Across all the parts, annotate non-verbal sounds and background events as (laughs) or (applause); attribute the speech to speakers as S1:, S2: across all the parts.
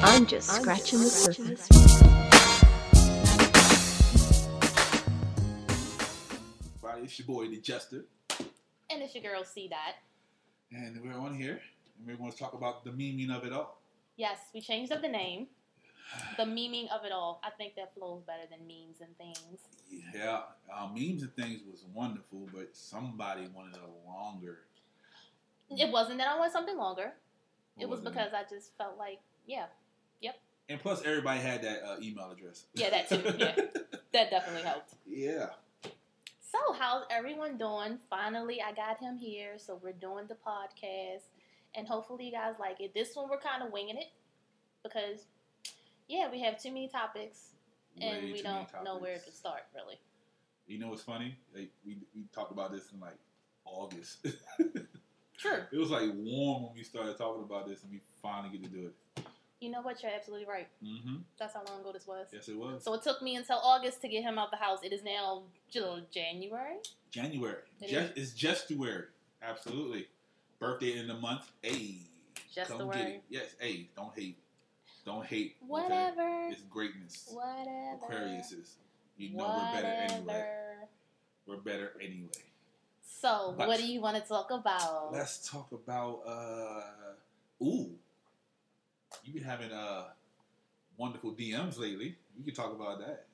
S1: I'm just scratching the surface.
S2: Everybody, it's your boy the Jester,
S3: And it's your girl, see that.
S2: and we're on here, and we're going to talk about the meaning of it all.
S3: Yes, we changed up the name. The memeing of it all. I think that flows better than memes and things.
S2: Yeah, uh, memes and things was wonderful, but somebody wanted a longer.
S3: It wasn't that I wanted something longer. It was
S2: wasn't
S3: because I just felt like, yeah,
S2: and plus everybody had that uh, email address.
S3: Yeah, that too, that definitely helped.
S2: (laughs) yeah.
S3: So, how's everyone doing? Finally, I got him here, so we're doing the podcast, and hopefully, you guys like it. This one, we're kind of winging it because, yeah, we have too many topics, and
S2: Way
S3: we
S2: too many
S3: don't know where to
S2: topics.
S3: start, really.
S2: You know what's funny? Like, we we talked about this in like August. (laughs)
S3: True.
S2: it was like warm when we started talking about this, and we finally get to do it.
S3: You know what? You're absolutely right.
S2: Mm-hmm.
S3: That's how long ago this was.
S2: Yes, it was
S3: So it took me until August to get him out the house. It is now J- January.
S2: January.
S3: It
S2: Just, it's Jestuary. Absolutely. Birthday in the month. Hey. Come get
S3: Jestuary.
S2: it. Yes. Hey. Don't hate. Don't hate. okay?
S3: Whatever.
S2: It's greatness.
S3: Whatever.
S2: Aquariuses. You know we're better anyway.
S3: Whatever.
S2: We're better anyway.
S3: So
S2: But-
S3: what do you want to talk about?
S2: Let's talk about uh ooh. You've been having uh wonderful DMs lately. We can talk about that.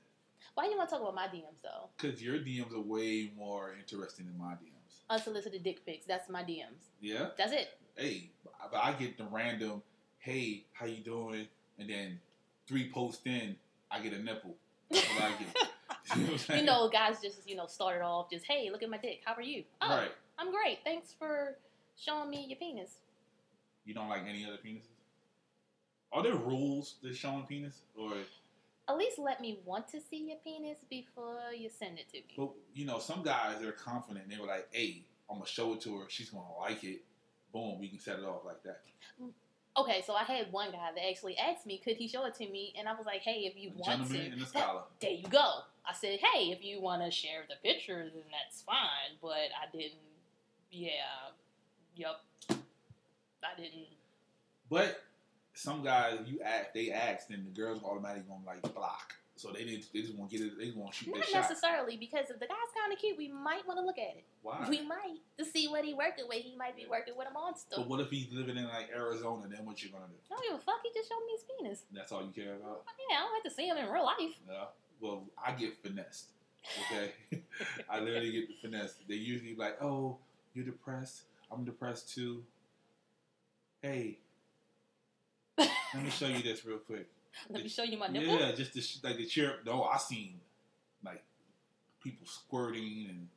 S3: Why do you want to talk about my DMs though?
S2: Cause your DMs are way more interesting than my DMs.
S3: Unsolicited dick pics. That's my DMs.
S2: Yeah?
S3: That's it.
S2: hey, but I get the random, hey, how you doing? And then three posts in, I get a nipple. That's what I
S3: (laughs)
S2: get. what I'm
S3: You
S2: saying?
S3: know, guys just you know started off just hey, look at my dick. How are you? Oh,
S2: right?
S3: I'm great. Thanks for showing me your penis.
S2: You don't like any other penises? Are there rules to showing penis, or
S3: At least let me want to see your penis before you send it to me.
S2: but you know some guys they're confident they were like, hey, I'm gonna show it to her. She's gonna like it. Boom, we can set it off like that.
S3: Okay, so I had one guy that actually asked me, could he show it to me? And I was like, hey, if you
S2: A
S3: want to.
S2: gentleman and a scholar.
S3: (laughs) There you go. I said, hey, if you want to share the picture, then that's fine. But I didn't, yeah, yep. I didn't.
S2: But some guys, you ask, they asked, and the girls automatically gonna like block. So they didn't. They just want to get it. They just want to shoot their
S3: Not
S2: shot.
S3: necessarily, because if the guy's kind of cute, we might want to look at it.
S2: Why?
S3: We might to see what he working with. He might be working with a monster.
S2: But what if he's living in like Arizona? Then what you gonna do?
S3: I don't give a fuck. He just showed me his penis.
S2: That's all you care about?
S3: Yeah, I don't have to see him in real life.
S2: No. Well, I get finessed. Okay, (laughs) I literally get finessed. They usually like, "Oh, you're depressed. I'm depressed too." Hey, let me show you this real quick.
S3: Let me show you my nipple.
S2: Yeah, just to sh- like the cheer. No, I seen like people squirting and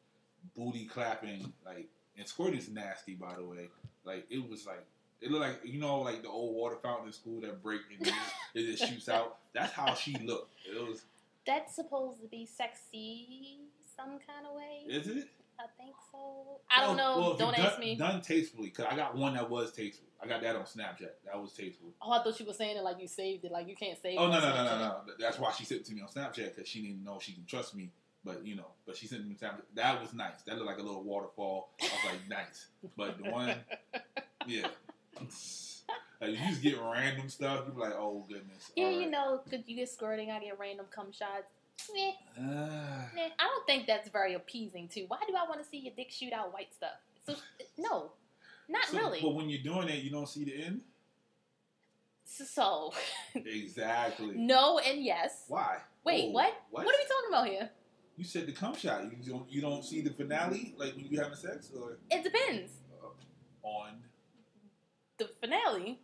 S2: booty clapping. Like and squirting's nasty, by the way. Like it was like it looked like you know like the old water fountain in school that break and it just, it just shoots out. That's how she looked. It was.
S3: That's supposed to be sexy some kind of way.
S2: Is it?
S3: I think so. I
S2: Well,
S3: don't know.
S2: Oh, well, if
S3: don't
S2: you're
S3: ask
S2: done,
S3: me.
S2: Done tastefully because I got one that was tasteful. I got that on Snapchat. That was tasteful.
S3: Oh, I thought you were saying it like you saved it. Like you can't save.
S2: Oh
S3: it
S2: no
S3: on
S2: no no no
S3: Snapchat.
S2: no! That's why she sent it to me on Snapchat because she didn't know she can trust me. But you know, but she sent me Snapchat. That was nice. That looked like a little waterfall. I was like, nice. But the
S3: (laughs)
S2: one, yeah, like you just get random stuff. You're like, oh goodness.
S3: Yeah,
S2: all
S3: you
S2: right.
S3: know, could you get squirting? I get random cum shots. Meh,
S2: Ah,
S3: meh. I don't think that's very appeasing too. Why do I want to see your dick shoot out white stuff? So no, not
S2: so-
S3: really.
S2: But when you're doing it, you don't see the
S3: (laughs)
S2: end.
S3: so
S2: Exactly.
S3: no and yes.
S2: Why?
S3: Wait,
S2: Oh,
S3: what?
S2: What?
S3: What are we talking about here?
S2: you said the cum shot. You don't. You don't see the finale, like when you having sex, or
S3: It depends.
S2: on.
S3: The finale.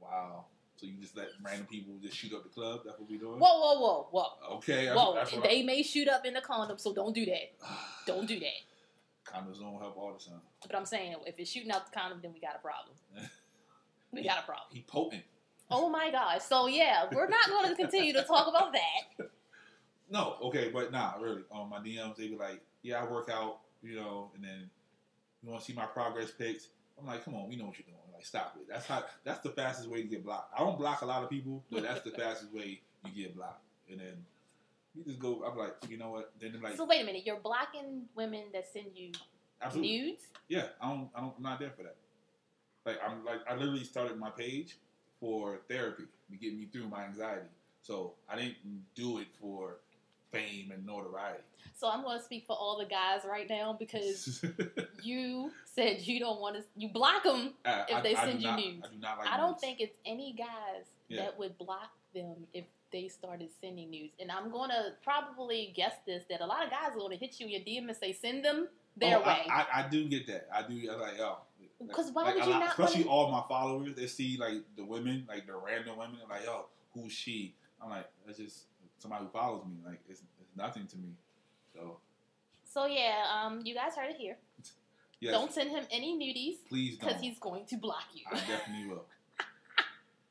S2: Wow. So you just let random people just shoot up the club. That's what we doing.
S3: Whoa, whoa, whoa, whoa.
S2: Okay. that's-
S3: Whoa,
S2: that's what I-
S3: they may shoot up in the condom, so don't do that.
S2: (sighs)
S3: Don't do that.
S2: Condoms don't help all the time.
S3: But I'm saying, if it's shooting out the condom, then we got a
S2: (laughs)
S3: problem. We got a problem.
S2: He potent.
S3: Oh my gosh. So yeah, we're not going to continue to talk about that.
S2: No, okay, but nah, really. On my DMs, they be like, "Yeah, I work out, you know," and then you want to see my progress pics. I'm like, "Come on, we know what you're doing. Like, stop it. That's how. That's the fastest way to get blocked. I don't block a lot of people, but that's
S3: (laughs)
S2: the fastest way you get blocked. And then you just go. I'm like, you know what? Then they're like,
S3: So wait a minute, you're blocking women that send you
S2: absolutely.
S3: nudes?
S2: Yeah, I don't, I don't, I'm not there for that. Like I'm like I literally started my page for therapy to get me through my anxiety. So I didn't do it for fame and notoriety. (laughs)
S3: So I'm going to speak for all the guys right now because you said you don't want to. You block them.
S2: I,
S3: If they
S2: do
S3: send you
S2: not-
S3: nudes.
S2: I do not like.
S3: I don't
S2: nudes.
S3: think it's any guys
S2: Yeah.
S3: that would block them if they started sending nudes. And I'm going to probably guess this that a lot of guys are going to hit you in your DM and say send them their
S2: Oh,
S3: way.
S2: I, I, I do get that. I do. I'm like, yo.
S3: 'Cause why
S2: like,
S3: would
S2: a
S3: you
S2: lot-
S3: not
S2: Especially
S3: wanna-
S2: all my followers, they see like the women, like the random women, they're like, yo, who's she? I'm like, that's just somebody who follows me. Like, it's, it's nothing to me. So,
S3: so yeah, um, you guys heard it here.
S2: yes,
S3: Don't send him any nudies
S2: please don't.
S3: because he's going to block you.
S2: I definitely will.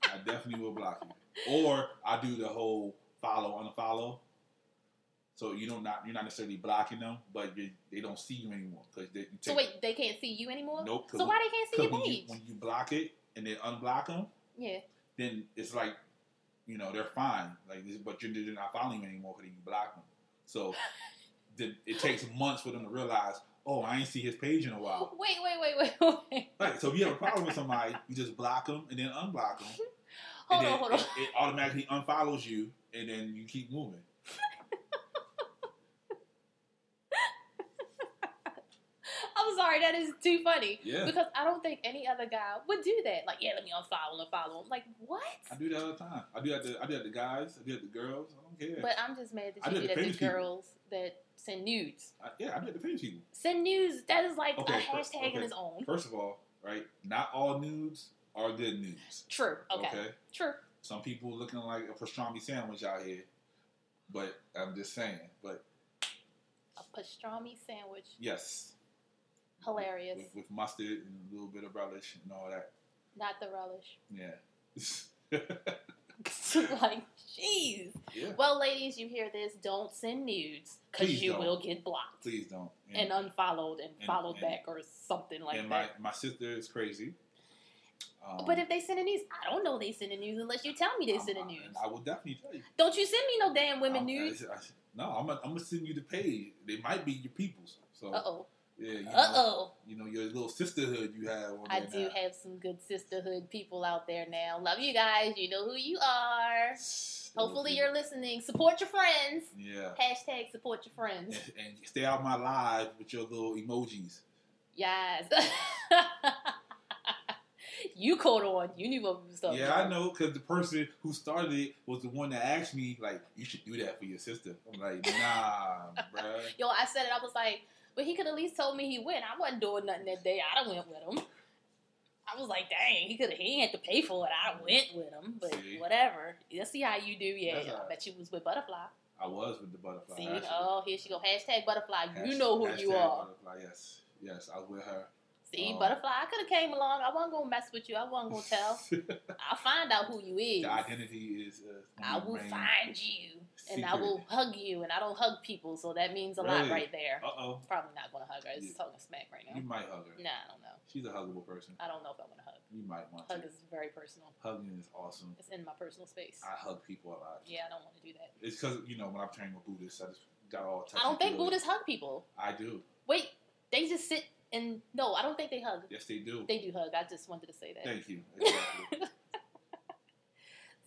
S2: I definitely will block you. Or I do the whole follow unfollow. So you don't not you're not necessarily blocking them, but you, they don't see you anymore because they you take
S3: so wait, they can't see you anymore.
S2: Nope, 'cause
S3: So why they
S2: Cause
S3: can't see your
S2: when, you,
S3: page?
S2: when you block it and then unblock them,
S3: yeah.
S2: then it's like, you know, they're fine. Like, this- but you're, they're not following you anymore because you block them. So the, it takes months for them to realize, oh, I ain't see his page in a while.
S3: Wait, wait, wait, (laughs) wait, wait.
S2: Right. So if you have a problem with somebody, you just block them and then unblock them.
S3: Hold
S2: and then
S3: on, hold on. (laughs)
S2: It, it automatically unfollows you, and then you keep moving.
S3: I'm sorry, that is too funny.
S2: Yeah.
S3: Because I don't think any other guy would do that. Like, yeah, let me unfollow and follow. I'm like, what?
S2: I do that all the time. I do that. To, I do that to guys. I do that to girls. I don't care.
S3: But I'm just mad
S2: I did
S3: that you do
S2: the
S3: that to
S2: famous people.
S3: girls that send nudes.
S2: I, yeah, I do that to famous people.
S3: Send nudes, that is like a
S2: Okay,
S3: hashtag
S2: first-
S3: in
S2: okay.
S3: its own.
S2: First of all, right? Not all nudes are good nudes.
S3: True. Okay. True.
S2: Some people looking like a pastrami sandwich out here, but I'm just saying. But
S3: A pastrami sandwich.
S2: yes,
S3: Hilarious.
S2: with, with mustard and a little bit of relish and all that.
S3: Not the relish. (laughs)
S2: Yeah,
S3: like, jeez.
S2: (laughs) yeah.
S3: Well, ladies, you hear this. Don't send nudes because
S2: Please
S3: you
S2: don't.
S3: will get blocked
S2: Please don't.
S3: and unfollowed and,
S2: And-
S3: followed
S2: and-
S3: back or something like
S2: and
S3: that.
S2: my, my sister is crazy. Um,
S3: But if they send the news, I don't know they send the news unless you tell me they
S2: I'm-
S3: send the
S2: I-
S3: news.
S2: I will definitely tell you.
S3: Don't you send me no damn women
S2: I'm-
S3: news.
S2: I- I- no, I'm gonna I'm gonna send you the page. They might be your peoples. So
S3: Uh oh.
S2: yeah, you know,
S3: Uh oh.
S2: you know your little sisterhood you have. On
S3: I
S2: there
S3: do
S2: now.
S3: have some good sisterhood people out there now. Love you guys. You know who you are. Hopefully you're listening. Support your friends.
S2: Yeah,
S3: Hashtag support your friends.
S2: and, and stay out my live with your little emojis.
S3: Yes. (laughs) you caught on. You knew what we was talking
S2: yeah,
S3: about.
S2: I know, because the person who started it was the one that asked me, like, you should do that for your sister. I'm
S3: (laughs)
S2: like, nah, bruh.
S3: Yo, I said it. I was like, but he could at least told me he went. I wasn't doing nothing that day. I done went with him. I was like, dang, he could he ain't had to pay for it. I went with him, but
S2: See?
S3: whatever. Let's see how you do. Yeah,
S2: That's all
S3: I
S2: right.
S3: bet you was with Butterfly.
S2: I was with the butterfly.
S3: see,
S2: actually.
S3: oh, here she go. Hashtag Butterfly. you
S2: Hashtag-
S3: know who you
S2: hashtag
S3: are.
S2: Butterfly. Yes, yes, I was with her.
S3: See,
S2: Oh.
S3: Butterfly. I could have came along. I wasn't gonna mess with you. I wasn't gonna
S2: (laughs)
S3: tell. I'll find out who you is.
S2: the identity is. Uh,
S3: I will
S2: remain-
S3: find you, and I
S2: secret.
S3: will hug you. And I don't hug people, so that means a lot
S2: Really?
S3: right there.
S2: Uh oh,
S3: Probably not gonna hug her. I was
S2: You-
S3: talking smack right now.
S2: you might hug her.
S3: Nah, I don't know.
S2: She's a huggable person.
S3: I don't know if I want to hug.
S2: You might want
S3: Uh, Hug
S2: to.
S3: is very personal.
S2: Hugging is awesome.
S3: It's in my personal space.
S2: I hug people a lot.
S3: Yeah, I don't want to do that.
S2: It's because you know when I'm training with Buddhists, I just got all.
S3: I don't think
S2: touchy-feely.
S3: Buddhists hug people.
S2: I do.
S3: Wait, they just sit and no, I don't think they hug.
S2: Yes, they do.
S3: They do hug. I just wanted to say that.
S2: Thank
S3: (laughs)
S2: you. Exactly.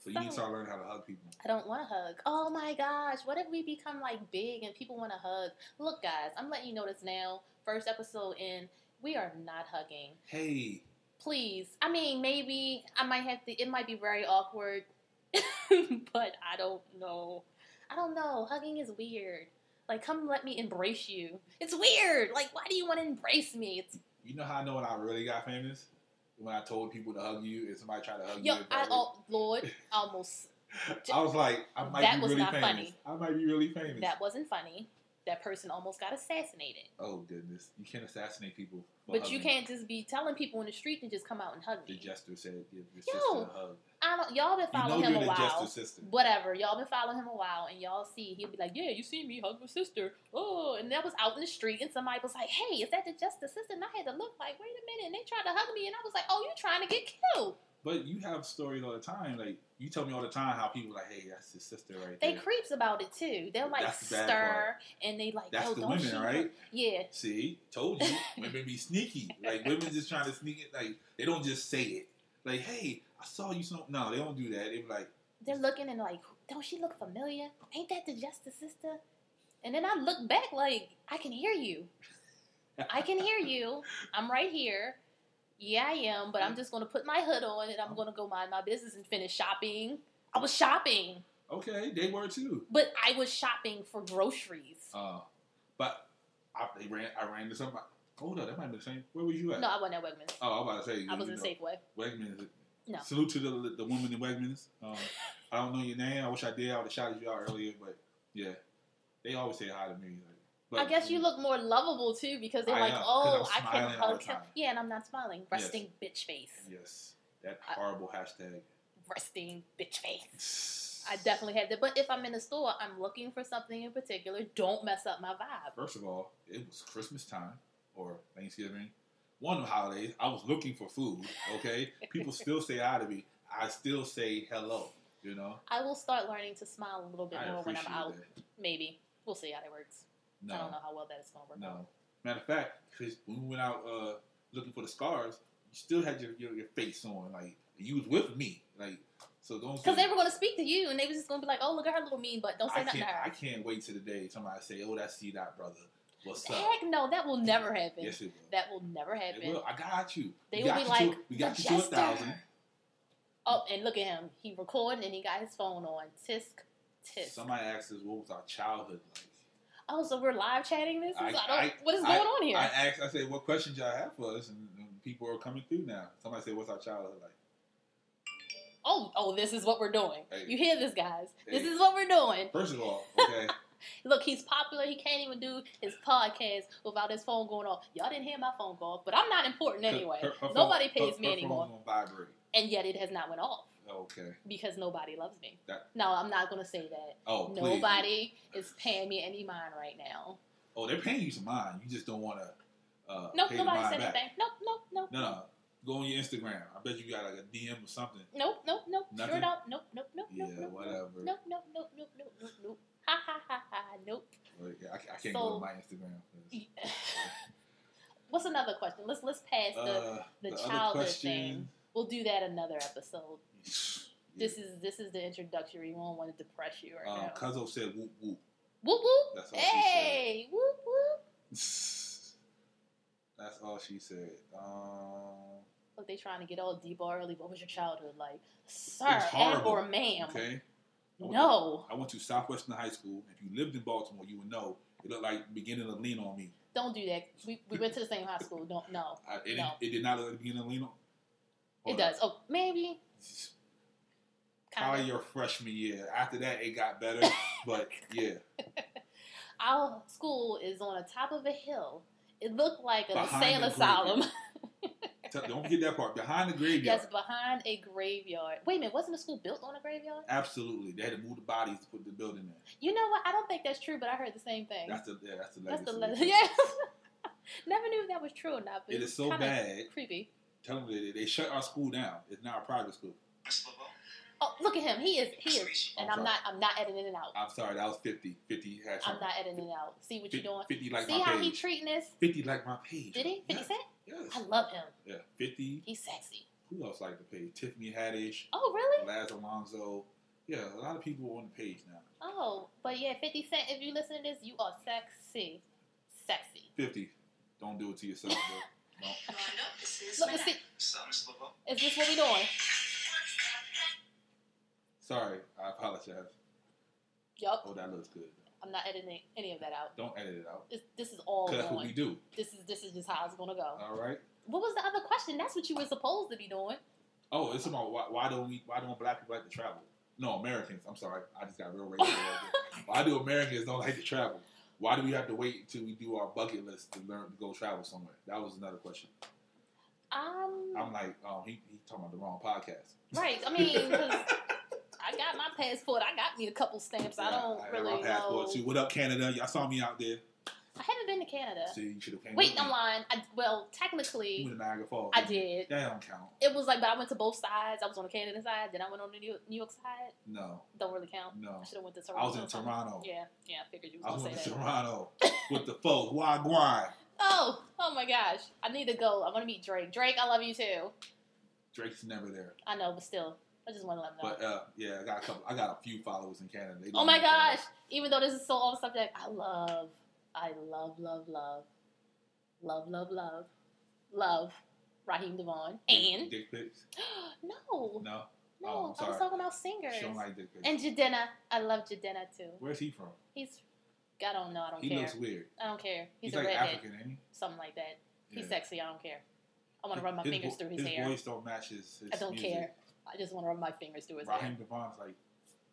S2: so you need to start learning how to hug people.
S3: I don't want to hug. Oh my gosh, what if we become like big and people want to hug? Look, guys, I'm letting you know this now. First episode in, we are not hugging.
S2: Hey,
S3: Please. I mean, maybe I might have to. It might be very awkward, (laughs) but I don't know. I don't know. Hugging is weird. Like, come let me embrace you. It's weird. Like, why do you want to embrace me? It's
S2: you know how I know when I really got famous? When I told people to hug you and somebody tried to hug
S3: yo.
S2: you. in
S3: I
S2: public.
S3: oh Lord,
S2: (laughs)
S3: almost.
S2: I was like, I might
S3: That
S2: be
S3: was
S2: really
S3: not
S2: famous.
S3: funny.
S2: I might be really famous.
S3: That wasn't funny. That person almost got assassinated.
S2: oh goodness, you can't assassinate people. for
S3: But you
S2: hugging.
S3: can't just be telling people in the street to just come out and hug
S2: The
S3: me.
S2: jester said, "Give your
S3: Yo,
S2: sister a hug."
S3: I don't. Y'all been
S2: You know
S3: following
S2: you're
S3: him a
S2: the
S3: while.
S2: jester's sister.
S3: Whatever. Y'all been following him a while, and y'all see he'll be like, "Yeah, you see me hug my sister." Oh, and that was out in the street, and somebody was like, "Hey, is that the justice sister?" And I had to look like, "Wait a minute!" And they tried to hug me, and I was like, "Oh, you trying to get killed?"
S2: But you have stories all the time. Like you tell me all the time how people like, "Hey, that's his sister right
S3: They
S2: there."
S3: creeps about it too. They're like
S2: That's the bad
S3: stir, and they like,
S2: That's
S3: "Yo,
S2: the
S3: Oh, don't
S2: women,
S3: she hug-"
S2: right?
S3: Yeah,
S2: See, told
S3: (laughs)
S2: you, women be sneaky. Like women just trying to sneak it. Like they don't just say it. Like, "Hey, I saw you some. No, they don't do that. They be like,
S3: They're looking and like, don't she look familiar? Ain't that the Justice Sister? And then I look back like, I can hear you. I can hear you. I'm right here. Yeah, I am, but I'm just gonna put my hood on and I'm gonna go mind my business and finish shopping. I was shopping,
S2: okay, they were too.
S3: but I was shopping for groceries.
S2: Uh, but I they ran. I ran into somebody. Hold up, that might be the same. Where were you at?
S3: No, I wasn't at Wegmans.
S2: Oh, I was about to say.
S3: I was
S2: you
S3: in
S2: know,
S3: Safeway.
S2: Wegmans.
S3: No.
S2: Salute to the the woman in Wegmans.
S3: (laughs)
S2: Um, I don't know your name. I wish I did. I would have shouted you out earlier, but yeah, they always say hi to me. Like, but,
S3: I guess you look more lovable too because they're
S2: I
S3: like,
S2: am, 'cause
S3: oh,
S2: I'm
S3: I can
S2: smiling all
S3: hug
S2: the
S3: him.
S2: time.
S3: Yeah, and I'm not smiling.
S2: Yes.
S3: Resting bitch face.
S2: Yes, that
S3: I-
S2: horrible hashtag.
S3: Resting bitch face. I definitely have that. But if I'm in a store, I'm looking for something in particular. Don't mess up my vibe.
S2: First of all, it was Christmas time or Thanksgiving, one of the holidays. I was looking for food. Okay, people
S3: (laughs)
S2: still say hi to me. I still say hello. You know,
S3: I will start learning to smile a little bit
S2: I
S3: more when
S2: appreciate
S3: I'm out.
S2: that.
S3: Maybe we'll see how that works. I don't
S2: No,
S3: know how well that is going to work. out.
S2: no. Matter of fact, because when we went out uh, looking for the scars, you still had your, your your face on. Like you was with me. Like so, don't.
S3: Because
S2: say-
S3: they were going to speak to you, and they was just going to be like, "Oh, look at her little mean," but don't say
S2: I
S3: nothing to
S2: can't. I
S3: her.
S2: can't wait till the day somebody say, "Oh, that's C dot brother. What's up?"
S3: Heck no, that will never happen.
S2: Yes, it will.
S3: That will never happen.
S2: It will. I got you. we
S3: They will
S2: got
S3: be
S2: you
S3: like,
S2: to, we got
S3: "The
S2: you to a
S3: jester."
S2: thousand.
S3: Oh, and look at him. He recording and he got his phone on. Tisk, tisk.
S2: Somebody asked us what was our childhood like.
S3: oh, so we're live chatting this?
S2: I-
S3: I, don't,
S2: I-
S3: what is going on here?
S2: I asked, I said, what questions y'all have for us? And, and people are coming through now. Somebody said, what's our childhood like?
S3: oh, oh, this is what we're doing.
S2: Hey.
S3: You hear this, guys? This
S2: Hey.
S3: is what we're doing.
S2: First of all, okay,
S3: Look, he's popular. He can't even do his podcast without his phone going off. Y'all didn't hear my phone go off, but I'm not important (laughs) anyway.
S2: her- her phone-
S3: nobody
S2: her-
S3: pays
S2: her
S3: me
S2: phone's
S3: anymore,
S2: on vibrate.
S3: and yet it has not went off
S2: Okay.
S3: because nobody loves me.
S2: That-
S3: no, I'm not gonna say that.
S2: Oh, please.
S3: Nobody is paying me any mind right now.
S2: Oh, they're paying you some mind. You just don't want to. Uh,
S3: Nope,
S2: pay the
S3: nobody
S2: mind
S3: said
S2: back.
S3: anything. Nope, nope, nope.
S2: No, no. Go on your Instagram. I bet you got like a DM or something.
S3: Nope, nope, nope.
S2: Nothing?
S3: Sure don't. Nope, nope, nope,
S2: Yeah,
S3: nope, nope.
S2: whatever.
S3: Nope, nope, nope, nope, nope, nope, nope. Ha ha ha ha. Nope. (laughs)
S2: But yeah, I, I can't go
S3: So-
S2: to my Instagram.
S3: What's another question? Let's let's pass the
S2: Uh,
S3: the,
S2: other
S3: childhood
S2: question-
S3: thing. We'll do that another episode.
S2: Yeah.
S3: This is this is the introductory. We don't want to depress you
S2: (sighs)
S3: right
S2: Um,
S3: now.
S2: Cuzzo said whoop whoop. (laughs)
S3: Whoop whoop.
S2: That's all she
S3: Hey, whoop whoop.
S2: That's all she said. Um,
S3: Look, they trying to get all deep or early. What was your childhood like, sir
S2: was
S3: and
S2: horrible.
S3: or ma'am?
S2: okay.
S3: No,
S2: I went to Southwestern High School. If you lived in Baltimore, you would know it looked like the beginning of Lean on Me.
S3: don't do that. We, we went to the same high school. Don't no.
S2: I, it,
S3: No.
S2: it did not look like the beginning of Lean on.
S3: It
S2: Hold
S3: does.
S2: up.
S3: Oh, maybe. Kind
S2: Probably
S3: of.
S2: your freshman year. After that, it got
S3: (laughs)
S2: better. but yeah,
S3: Our school is on the top of a hill. It looked like a
S2: Behind
S3: sailor
S2: the
S3: asylum. (laughs)
S2: T- don't forget that part. Behind the graveyard,
S3: Yes, behind a graveyard. Wait a minute, wasn't the school built on a graveyard?
S2: absolutely. They had to move the bodies to put the building in.
S3: You know what? I don't think that's true, but I heard the same thing.
S2: That's the yeah, that's the
S3: That's
S2: legacy.
S3: the le- (laughs) yes. (laughs) Never knew if that was true or not. But
S2: It is so
S3: kinda
S2: bad.
S3: Creepy.
S2: Tell them they, they shut our school down. It's now a private school.
S3: Oh, look at him. He is. He is. And
S2: I'm
S3: I'm not. I'm not editing it out.
S2: I'm sorry, that was 50. 50 had
S3: I'm
S2: something.
S3: not editing it out. See what
S2: 50,
S3: you're doing.
S2: 50 like
S3: See
S2: my
S3: how he
S2: page.
S3: treating this?
S2: 50 like my page.
S3: Did he? Fifty
S2: Yes.
S3: Cent. I
S2: yes.
S3: love him.
S2: Yeah, 50.
S3: He's sexy.
S2: Who else liked the page? Tiffany Haddish,
S3: Oh, really?
S2: Laz Alonso. Yeah, a lot of people on the page now.
S3: Oh, but yeah, Fifty Cent. If you listen to this, you are sexy, sexy.
S2: 50. Don't do it to yourself, bro. Don't.
S3: Look, let's see. Is this what we doing?
S2: Sorry, I apologize.
S3: Yup.
S2: Oh, that looks good.
S3: I'm not editing any of that out.
S2: Don't edit it out.
S3: This, this is all
S2: 'Cause that's what
S3: going.
S2: we do.
S3: This is this is just how it's gonna go.
S2: All right?
S3: What was the other question? That's what you were supposed to be doing.
S2: Oh, it's about why, why don't we? Why don't black people like to travel? No, Americans. I'm sorry, I just got real racist.
S3: (laughs)
S2: right there. why do Americans don't like to travel? Why do we have to wait until we do our bucket list to learn to go travel somewhere? That was another question.
S3: Um,
S2: I'm like, oh, he, he talking about the wrong podcast.
S3: right. I mean, 'cause I got my passport. I got me a couple stamps. I don't
S2: had
S3: really
S2: my passport
S3: know.
S2: too. What up, Canada? Y'all saw me out there.
S3: I haven't been to Canada.
S2: See, you should have came.
S3: Wait,
S2: with
S3: I'm
S2: me.
S3: lying. I, well,
S2: You
S3: technically,
S2: went to Niagara Falls.
S3: I
S2: didn't you?
S3: did.
S2: That don't count.
S3: It was like, but I went to both sides. I was on the Canada side, then I went on the New New York side.
S2: No,
S3: Don't really count.
S2: no.
S3: I should have went to
S2: I
S3: Toronto.
S2: was in
S3: or something.
S2: Toronto.
S3: Yeah, yeah. I figured you
S2: I was
S3: was gonna
S2: in
S3: say that.
S2: Toronto with the folks. Wagwan.
S3: Oh, oh my gosh. I need to go. I want to meet Drake. Drake, I love you too.
S2: Drake's never there.
S3: I know, but still, I just want to let them know.
S2: But uh, yeah, I got a couple. I got a few followers in Canada. They
S3: oh
S2: don't
S3: my
S2: even care.
S3: gosh! Even though this is so off subject, I love, I love, love, love, love, love, love, love Raheem Devon.
S2: Dick-
S3: And
S2: dick pics?
S3: (gasps) no,
S2: No, Oh, I'm
S3: no, I was
S2: sorry.
S3: talking about singers.
S2: she don't like dick pics.
S3: and Jadena, I love Jadena too.
S2: Where's he from?
S3: He's, I don't know, I don't
S2: He
S3: care.
S2: looks weird.
S3: I don't care. He's,
S2: He's,
S3: a
S2: like
S3: redhead,
S2: African, ain't he?
S3: something like that. He's
S2: Yeah.
S3: sexy. I don't care. I want to rub my
S2: His
S3: fingers
S2: vo-
S3: through his, hair.
S2: His voice don't match his. his
S3: I don't
S2: music.
S3: care. I just want to rub my fingers through his hair.
S2: Raheem Devon's like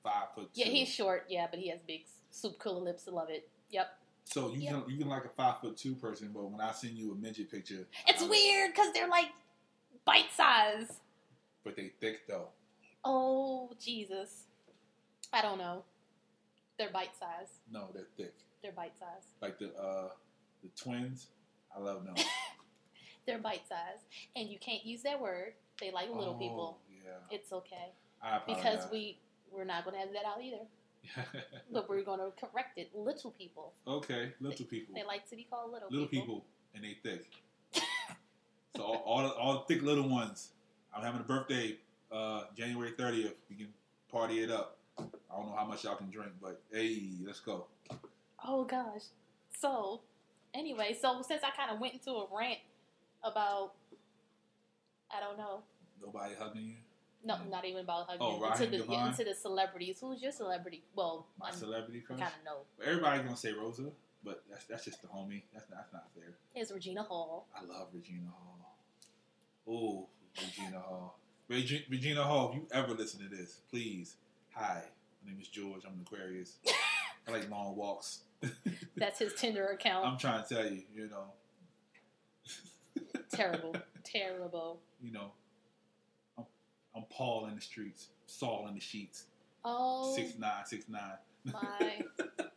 S2: five foot.
S3: Yeah,
S2: two.
S3: he's short. Yeah, but he has big soup cooler lips. I love it. Yep.
S2: So you
S3: Yeah.
S2: can you can like a five foot two person, but when I send you a midget picture,
S3: It's
S2: I-
S3: weird because they're like bite size.
S2: But they thick though.
S3: Oh Jesus! I don't know. They're bite size.
S2: No, they're thick.
S3: They're bite size.
S2: Like the uh the twins. I love them.
S3: They're bite size, and you can't use that word. They like little
S2: Oh,
S3: people.
S2: Yeah.
S3: It's okay
S2: I apologize.
S3: because we we're not gonna have that out either, but we're gonna correct it. Little people.
S2: (laughs) okay, little people.
S3: They like to be called little,
S2: little people.
S3: people.
S2: and they thick. so all all, the- all the thick little ones. I'm having a birthday, uh, January 30th. We can party it up. I don't know how much y'all can drink, but hey, let's go.
S3: Oh gosh. So, anyway, so since I kind of went into a rant about, I don't know,
S2: Nobody hugging you.
S3: no,
S2: Mm.
S3: not even about hugging,
S2: Oh,
S3: into
S2: Raheem
S3: the
S2: Devine?
S3: into the celebrities. Who's your celebrity? Well,
S2: My
S3: I'm-
S2: celebrity
S3: I
S2: crush.
S3: kind of know.
S2: Everybody's gonna say Rosa, but that's that's just the homie. That's not, that's not fair.
S3: Is Regina Hall?
S2: I love Regina Hall. Oh, Regina Hall. Regi- Regina Hall, if you ever listen to this, please. Hi, my name is George. I'm an Aquarius. I like long walks.
S3: That's his Tinder account.
S2: I'm trying to tell you, you know, (laughs)
S3: terrible, terrible.
S2: you know, I'm, I'm Paul in the streets, Saul in the sheets,
S3: Oh
S2: six nine, six nine.
S3: my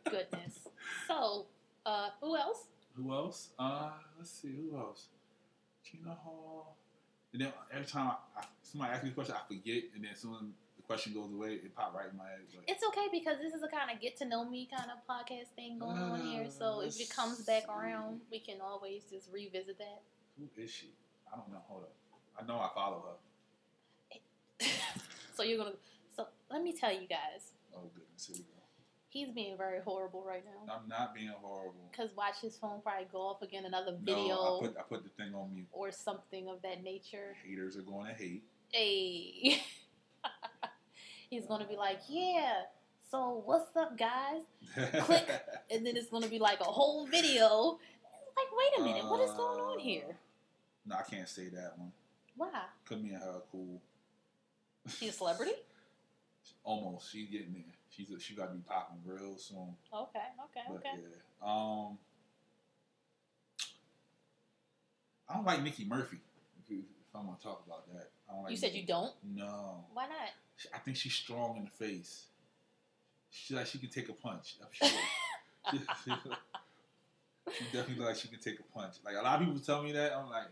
S3: goodness. So, uh, who else?
S2: Who else? Uh, let's see, who else? Regina Hall. And then every time I, somebody asks me a question, I forget, and then as soon as the question goes away, it pop right in my head. Like,
S3: It's okay because this is a kind of get to know me kind of podcast thing going on
S2: Ah,
S3: here. So if it comes back around, we can always just revisit that. (laughs)
S2: Who is she? I don't know. Hold up. I know I follow her.
S3: so you're gonna. So let me tell you guys,
S2: Oh goodness, here we
S3: he's being very horrible right
S2: go.
S3: now.
S2: I'm not being horrible.
S3: Cause watch his phone probably go off again, another
S2: No,
S3: video
S2: I put I put the thing on mute.
S3: or something of that nature.
S2: Haters are going to hate.
S3: Hey, (laughs) he's gonna be like, yeah. So what's up, guys? Click. And then it's gonna be like a whole video. It's Like, wait a minute, what is going on here?
S2: (laughs) no, I can't say that one.
S3: Why?
S2: Cause me and her are cool.
S3: She's a celebrity?
S2: Almost. She's getting there. She's a, she got to be popping real soon.
S3: Okay, okay,
S2: But
S3: okay.
S2: yeah. Um. I don't like Nicki Murphy. If, you, if I'm gonna talk about that, I don't like.
S3: You said
S2: Nicki.
S3: you don't.
S2: No.
S3: Why not?
S2: I think she's strong in the face. She like she can take a punch. I'm sure.
S3: (laughs)
S2: she, she definitely look like she can take a punch. Like a lot of people tell me that. I'm like,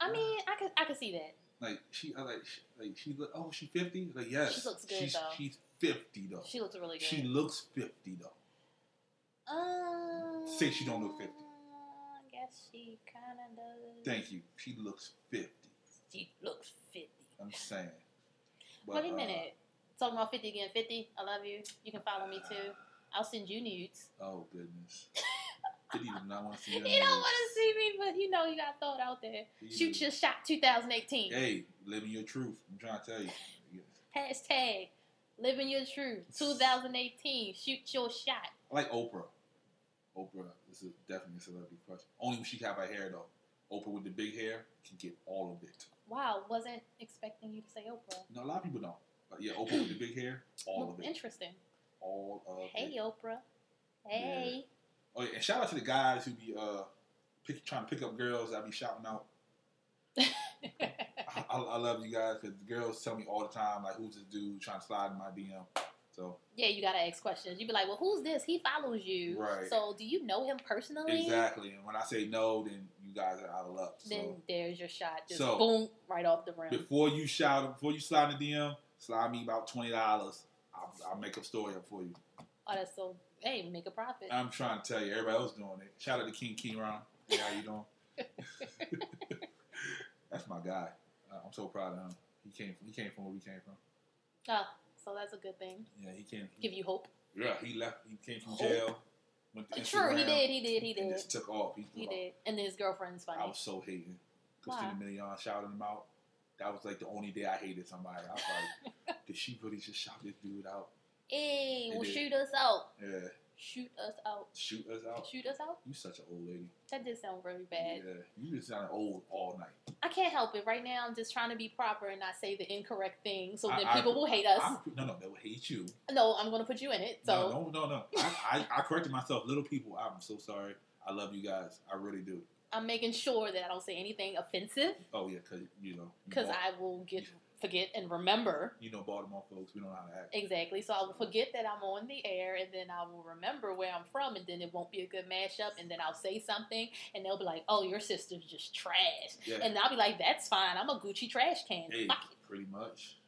S3: I mean, I could, I could see that.
S2: like she, I like, she, like she look. Oh, she fifty. Like yes,
S3: She looks good,
S2: she's,
S3: though.
S2: She's fifty though.
S3: She looks really good.
S2: She looks fifty though.
S3: Um,
S2: Say she don't look 50.
S3: I guess she kind of does.
S2: Thank you. She looks fifty.
S3: She looks 50.
S2: I'm saying. But,
S3: Wait a
S2: uh,
S3: minute. Talking about 50 again. 50, I love you. You can follow me too. I'll send you nudes.
S2: oh goodness. Did even not want to see
S3: (laughs) You
S2: that.
S3: don't want to see me, but you know you got to throw it out there. Shoot your shot 2018.
S2: Hey, living your truth. I'm trying to tell you. Yes.
S3: Hashtag living your truth 2018. Shoot your shot.
S2: I like Oprah. Oprah is a, definitely a celebrity crush. Only when she have her hair though. Oprah with the big hair can get all of it.
S3: Wow, wasn't expecting you to say Oprah.
S2: No, a lot of people don't. But yeah, Oprah with the big hair, all
S3: Well,
S2: of it,
S3: Interesting.
S2: all of
S3: Hey,
S2: it.
S3: Oprah. Hey. (laughs)
S2: Oh, yeah, and shout out to the guys who be uh pick, trying to pick up girls. I be shouting
S3: (laughs)
S2: out. I, I, I love you guys because the girls tell me all the time like, who's this dude trying to slide in my DM? So
S3: Yeah, you gotta ask questions. You'd be like, "Well, who's this? He follows you.
S2: Right.
S3: So, do you know him personally?"
S2: exactly, and when I say no, then you guys are out of luck. So.
S3: Then there's your shot. Just
S2: So-
S3: boom, right off the rim.
S2: Before you shout, before you slide in the DM, slide me about twenty dollars. I'll, I'll make a story up for you.
S3: Oh, that's so. Hey, make a profit.
S2: I'm trying to tell you, everybody else doing it. Shout out to King King Ron.
S3: (laughs)
S2: Yeah, how you doing? That's my guy. Uh, I'm so proud of him. He came from he came from where we came from.
S3: Oh, so that's a good thing.
S2: Yeah, he came.
S3: Give you hope.
S2: yeah, he left. He came from
S3: Hope.
S2: jail. Went to
S3: Oh. True, he
S2: Instagram,
S3: did, he did, he
S2: And
S3: did.
S2: just took off. He,
S3: He
S2: took off.
S3: did. And then his girlfriend's
S2: I
S3: funny.
S2: was so hating.
S3: Why?
S2: Christina Milian shouted him out. That was like the only day I hated somebody. I was
S3: (laughs)
S2: like, did she really just shout this dude out?
S3: Hey,
S2: He
S3: well
S2: did.
S3: shoot us out.
S2: Yeah,
S3: Shoot us out.
S2: shoot us out.
S3: Shoot us out?
S2: You such an old lady.
S3: That did sound really bad.
S2: Yeah, you just sounded old all night.
S3: I can't help it. Right now I'm just trying to be proper and not say the incorrect thing so
S2: I-
S3: then
S2: I-
S3: people will hate us.
S2: I'm, no, no, they will hate you.
S3: no, I'm gonna put you in it. So
S2: No, no, no, no. I, I, I corrected myself. Little people, I'm so sorry. I love you guys. I really do.
S3: I'm making sure that I don't say anything offensive
S2: Oh yeah, cause you know, you
S3: because
S2: Bal-
S3: I will get forget and remember
S2: you know Baltimore folks, we don't know how to act.
S3: exactly. So I will forget that I'm on the air, and then I will remember where I'm from, and then it won't be a good mashup. And then I'll say something, and they'll be like, "Oh, your sister's just trash,"
S2: Yeah,
S3: and I'll be like, "That's fine. I'm a Gucci trash can.
S2: hey,
S3: Fuck it.
S2: pretty much.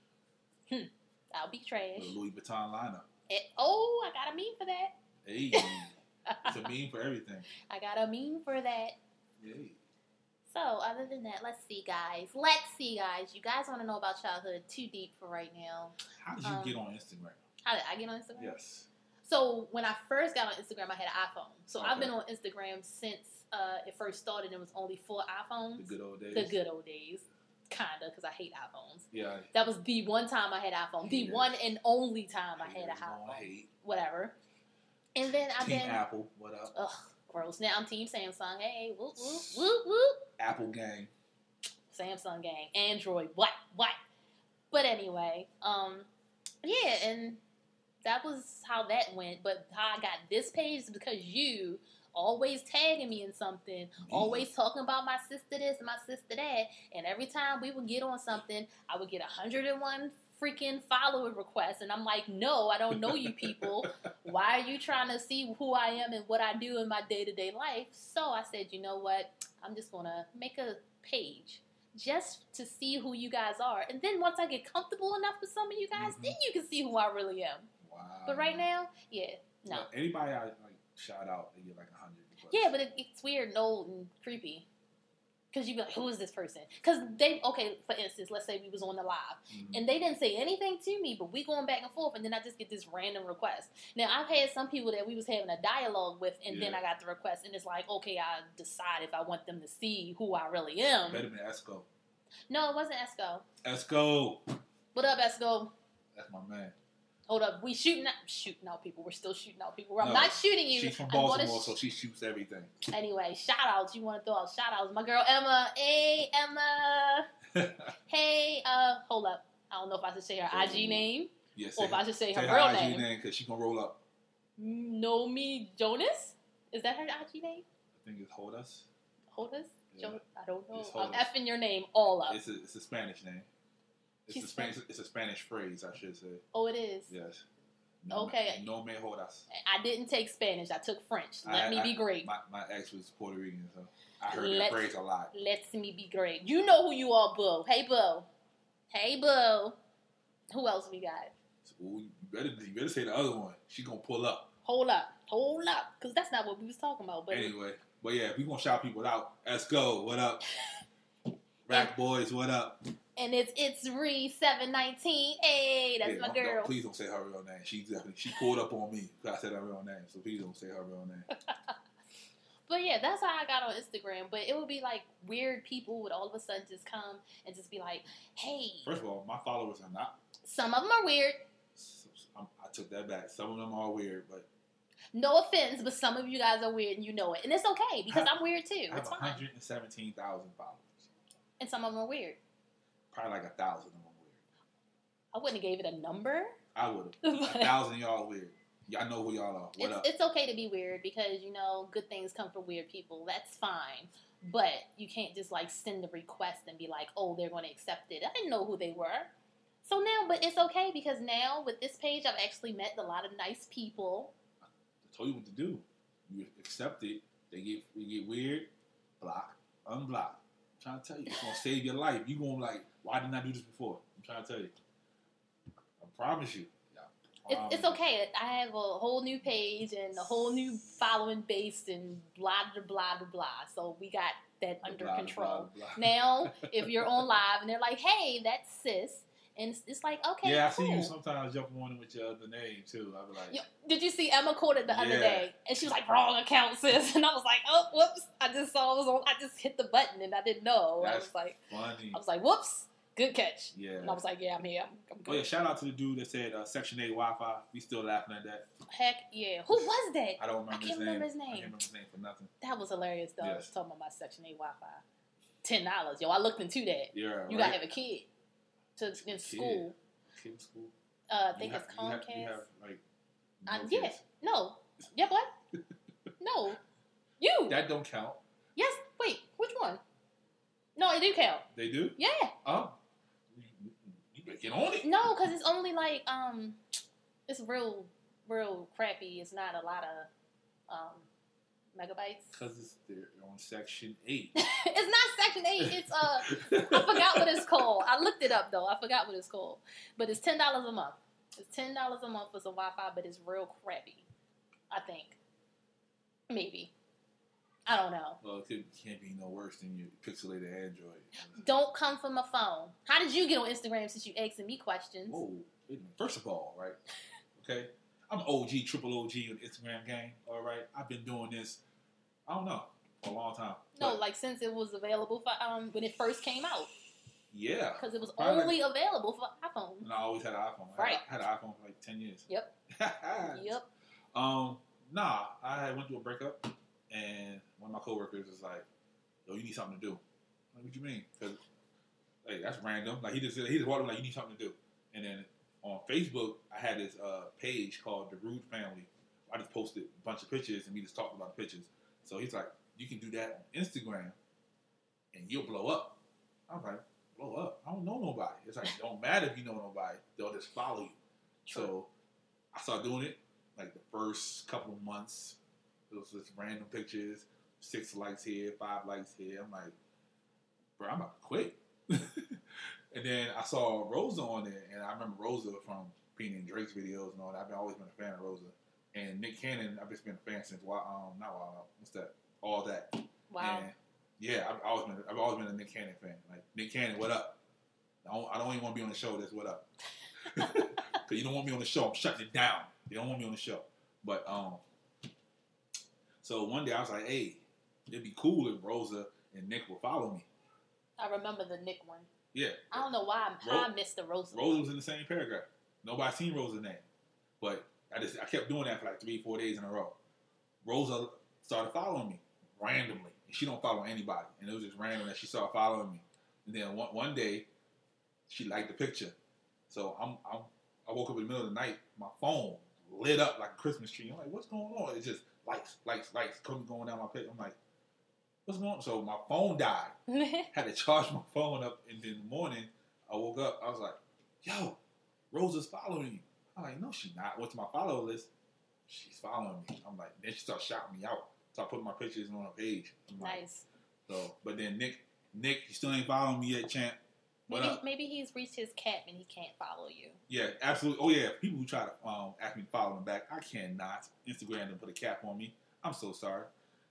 S3: I'll be trash."
S2: The Louis Vuitton lineup.
S3: And- oh, I got a meme for that. (laughs)
S2: Hey, it's a meme for everything.
S3: I got a meme for that.
S2: Hey,
S3: So, other than that, let's see, guys. Let's see, guys. You guys want to know about childhood? Too deep for right now.
S2: how did you
S3: Um,
S2: get on Instagram?
S3: How did I get on Instagram?
S2: Yes.
S3: So when I first got on Instagram, I had an iPhone. So I've
S2: Okay.
S3: been on Instagram since uh, it first started. and It was only for iPhones.
S2: The good old days.
S3: The good old days, kinda, because I hate iPhones.
S2: Yeah.
S3: That was the one time I had iPhone. The
S2: Haters.
S3: one and only time I had an
S2: Haters gonna
S3: iPhone.
S2: hate.
S3: Whatever. And then I've
S2: Team
S3: been
S2: Apple, what up?
S3: ugh gross. Now I'm Team Samsung. Hey, whoop whoop
S2: (laughs)
S3: whoop whoop.
S2: Apple gang.
S3: Samsung gang, Android, what what? But anyway, um, yeah, and that was how that went. But how I got this page is because you always tagging me in something, always talking about my sister this, my sister that, and every time we would get on something, I would get 101 freaking follower requests, and I'm like, no, I don't know you people. Why are you trying to see who I am and what I do in my day to day life? So I said, you know what? I'm just gonna make a page just to see who you guys are, and then once I get comfortable enough with some of you guys,
S2: Mhm.
S3: then you can see who I really am.
S2: Wow.
S3: But right
S2: Uh-huh.
S3: now, yeah, no.
S2: Look, anybody I like shout out, they get like a hundred.
S3: Yeah, but it, it's weird and old and creepy. Because you be like, who is this person? Because they, okay, for instance, let's say we was on the live.
S2: Mm-hmm.
S3: And they didn't say anything to me, but we going back and forth, and then I just get this random request. Now, I've had some people that we was having a dialogue with, and then
S2: Yeah.
S3: I got the request, and it's like, okay, I decide if I want them to see who I really am.
S2: better than Esco.
S3: No, it wasn't Esco.
S2: Esco,
S3: What up, Esco?
S2: that's my man.
S3: Hold up, we shooting out, shooting out people. We're still shooting out people. I'm
S2: No,
S3: not shooting you.
S2: She's from
S3: I'm gonna
S2: Baltimore,
S3: sh-
S2: so she shoots everything.
S3: Anyway, shout outs. You want to throw out shout outs? My girl Emma. Hey, Emma.
S2: (laughs)
S3: Hey, uh, hold up. I don't know if I should say her IG name
S2: yes,
S3: or if I should say her
S2: say
S3: real
S2: her IG
S3: name.
S2: name because she gonna roll up.
S3: Nomi Jonas? Is that her IG name?
S2: I think it's hold us.
S3: Hold us?
S2: Yeah.
S3: Jo- I don't know.
S2: It's
S3: I'm
S2: Jonas.
S3: effing your name all up.
S2: It's a it's a Spanish name. It's
S3: Uh, She's
S2: a Spanish it's a Spanish phrase I should say.
S3: oh, it is.
S2: Yes.
S3: Okay.
S2: Me, no me jodas.
S3: I didn't take Spanish. I took French. Let
S2: I-
S3: me
S2: I-
S3: be great.
S2: My my ex was Puerto Rican, so I heard that
S3: Let's-
S2: phrase a lot.
S3: Let me be great. You know who you are, boo. Hey, boo. Hey, boo. Who else we got?
S2: So, ooh, you better you better say the other one. She gonna pull up.
S3: Hold up. Hold up. Because that's not what we was talking about. But
S2: Anyway, but yeah, if we gonna shout people out, let's go. What
S3: (laughs)
S2: up? Rack boys, what up?
S3: And it's it's re seven nineteen. Hey, that's
S2: Yeah,
S3: my
S2: don't- don't-
S3: girl.
S2: please don't say her real name. She definitely she pulled up on me because I said her real name. So please don't say her real
S3: (laughs)
S2: name.
S3: But yeah, that's how I got on Instagram. But it would be like weird people would all of a sudden just come and just be like, "Hey."
S2: First of all, my followers are not.
S3: Some of them are weird.
S2: I'm, I took that back. Some of them are weird, but
S3: No offense, but some of you guys are weird and you know it, and it's okay because I'm weird too.
S2: I have
S3: It's fine.
S2: 117,000 followers.
S3: And some of them are weird.
S2: Probably like a thousand of them weird.
S3: I wouldn't have gave it a number. (laughs)
S2: I would have.
S3: But
S2: a
S3: (laughs)
S2: thousand of y'all weird. Y'all know who y'all are. What
S3: it's,
S2: up?
S3: it's okay to be weird because you know good things come from weird people. That's fine. But you can't just like send the request and be like, oh, they're going to accept it. I didn't know who they were. So now, but it's okay because now with this page, I've actually met a lot of nice people.
S2: I told you what to do. You accept it. They get you get weird. Block. Unblock. I'm trying to tell you. It's gonna save your life. You gonna like, why didn't I do this before? I'm trying to tell you. I promise you. I
S3: It's, it's
S2: promise
S3: okay. I have a whole new page and a whole new following base and blah blah blah blah. blah. So we got that under
S2: Blah,
S3: control.
S2: blah, blah.
S3: Now, if you're on live and they're like, "Hey, that's sis," and it's, it's like, "Okay,
S2: yeah, I see
S3: cool."
S2: you sometimes jump on it with your other name too. I'll be like,
S3: Yo, Did you see Emma quoted the other
S2: Yeah.
S3: day, and she was like, "Wrong account, sis," (laughs) and I was like, "Oh, whoops! I just saw I was on. I just hit the button, and I didn't know." I
S2: That's-
S3: was like,
S2: funny.
S3: "I was like, whoops! Good catch."
S2: Yeah.
S3: And I was like, "Yeah, I'm here. I'm, I'm
S2: Oh yeah,
S3: good."
S2: shout out to the dude that said uh, Section Eight Wi-Fi. We still laughing at that.
S3: Heck yeah! Who was that?
S2: I don't remember
S3: I
S2: his
S3: can't
S2: name.
S3: remember his
S2: I
S3: name.
S2: can't remember his name for nothing.
S3: That was hilarious, though. I was
S2: Yes.
S3: talking about my Section Eight Wi-Fi. Ten dollars, yo! I looked into that.
S2: Yeah, right?
S3: You gotta have a kid to in school.
S2: Kid school.
S3: Uh, I think
S2: you
S3: it's
S2: ha- you have-
S3: Comcast.
S2: You have, like, no
S3: Uh, yeah.
S2: kids.
S3: No. Yeah, what?
S2: (laughs)
S3: no. You.
S2: That don't count.
S3: yes. Wait. Which one? No, it do count.
S2: They do.
S3: Yeah.
S2: Oh, you, you better get on it.
S3: No, because it's only like um, it's real, real crappy. It's not a lot of um, megabytes. (laughs)
S2: Cause it's they're on Section Eight.
S3: it's not Section Eight. It's uh, (laughs)
S2: (laughs)
S3: I forgot what it's called. I looked it up though. I forgot what it's called. But it's ten dollars a month. It's ten dollars a month for some Wi-Fi, but it's real crappy. I think. Maybe. I don't know.
S2: well, it could, can't be no worse than your pixelated Android.
S3: (laughs) Don't come from a phone. How did you get on Instagram since you asking me questions?
S2: Whoa! wait a minute. First of all, right? Okay, I'm OG, triple OG on the Instagram game. All right, I've been doing this. I don't know for a long time.
S3: No,
S2: But,
S3: like since it was available for um when it first came out,
S2: yeah,
S3: because it was
S2: Probably-
S3: only available for iPhone.
S2: and I always had an iPhone. I
S3: Right.
S2: had, had an iPhone for like ten years.
S3: Yep.
S2: (laughs)
S3: Yep.
S2: Um, nah, I had went through a breakup, and one of my coworkers was like, "Yo, you need something to do." I'm like, what you mean? Because like that's random. Like he just he just walked up like, "You need something to do." And then on Facebook, I had this uh, page called the Rude Family. I just posted a bunch of pictures, and we just talked about the pictures. So he's like, "You can do that on Instagram, and you'll blow up." I'm like, "Blow up? I don't know nobody." It's like, "Don't matter if you know nobody; they'll just follow you." So I started doing it like the first couple of months. It was just random pictures, six likes here, five likes here. I'm like, bro, I'm about to quit. (laughs) and then I saw Rosa on there, and I remember Rosa from being in Drake's videos and all that. I've been, always been a fan of Rosa. And Nick Cannon, I've just been a fan since Wild, um, not Wild, Out, what's that? All that.
S3: Wow.
S2: And yeah, I've always been I've always been a Nick Cannon fan. Like Nick Cannon, what up? I don't, I don't even want to be on the show. That's what up. Because you don't want me on the show. I'm shutting it down. You don't want me on the show. But um, so one day I was like, hey, it'd be cool if Rosa and Nick would follow me.
S3: I remember the Nick one.
S2: Yeah,
S3: I don't know why I'm,
S2: Ro-
S3: I missed the Rosa.
S2: Rosa was in the same paragraph. Nobody seen Rosa's name, but I just I kept doing that for like three, four days in a row. Rosa started following me randomly. She don't follow anybody, and it was just random that she started following me. And then one, one day, she liked the picture. So I'm, I'm I woke up in the middle of the night. My phone lit up like a Christmas tree. I'm like, what's going on? It's just lights, lights, lights coming going down my picture. I'm like, what's going on? So my phone died
S3: (laughs)
S2: had to (laughs) charge my phone up, and then in the morning I woke up. I was like, "Yo, Rosa's following you." I'm like, "No, she not." Went to my follow list. She's following me. I'm like, then she started shouting me out. So I put my pictures on her page. I'm like,
S3: nice.
S2: So, but then Nick, Nick, you still ain't following me yet, champ. What
S3: Maybe,
S2: up?
S3: maybe he's reached his cap and he can't follow you.
S2: Yeah, absolutely. Oh yeah, people who try to um, ask me to follow them back, I cannot. Instagram didn't put a cap on me. I'm so sorry,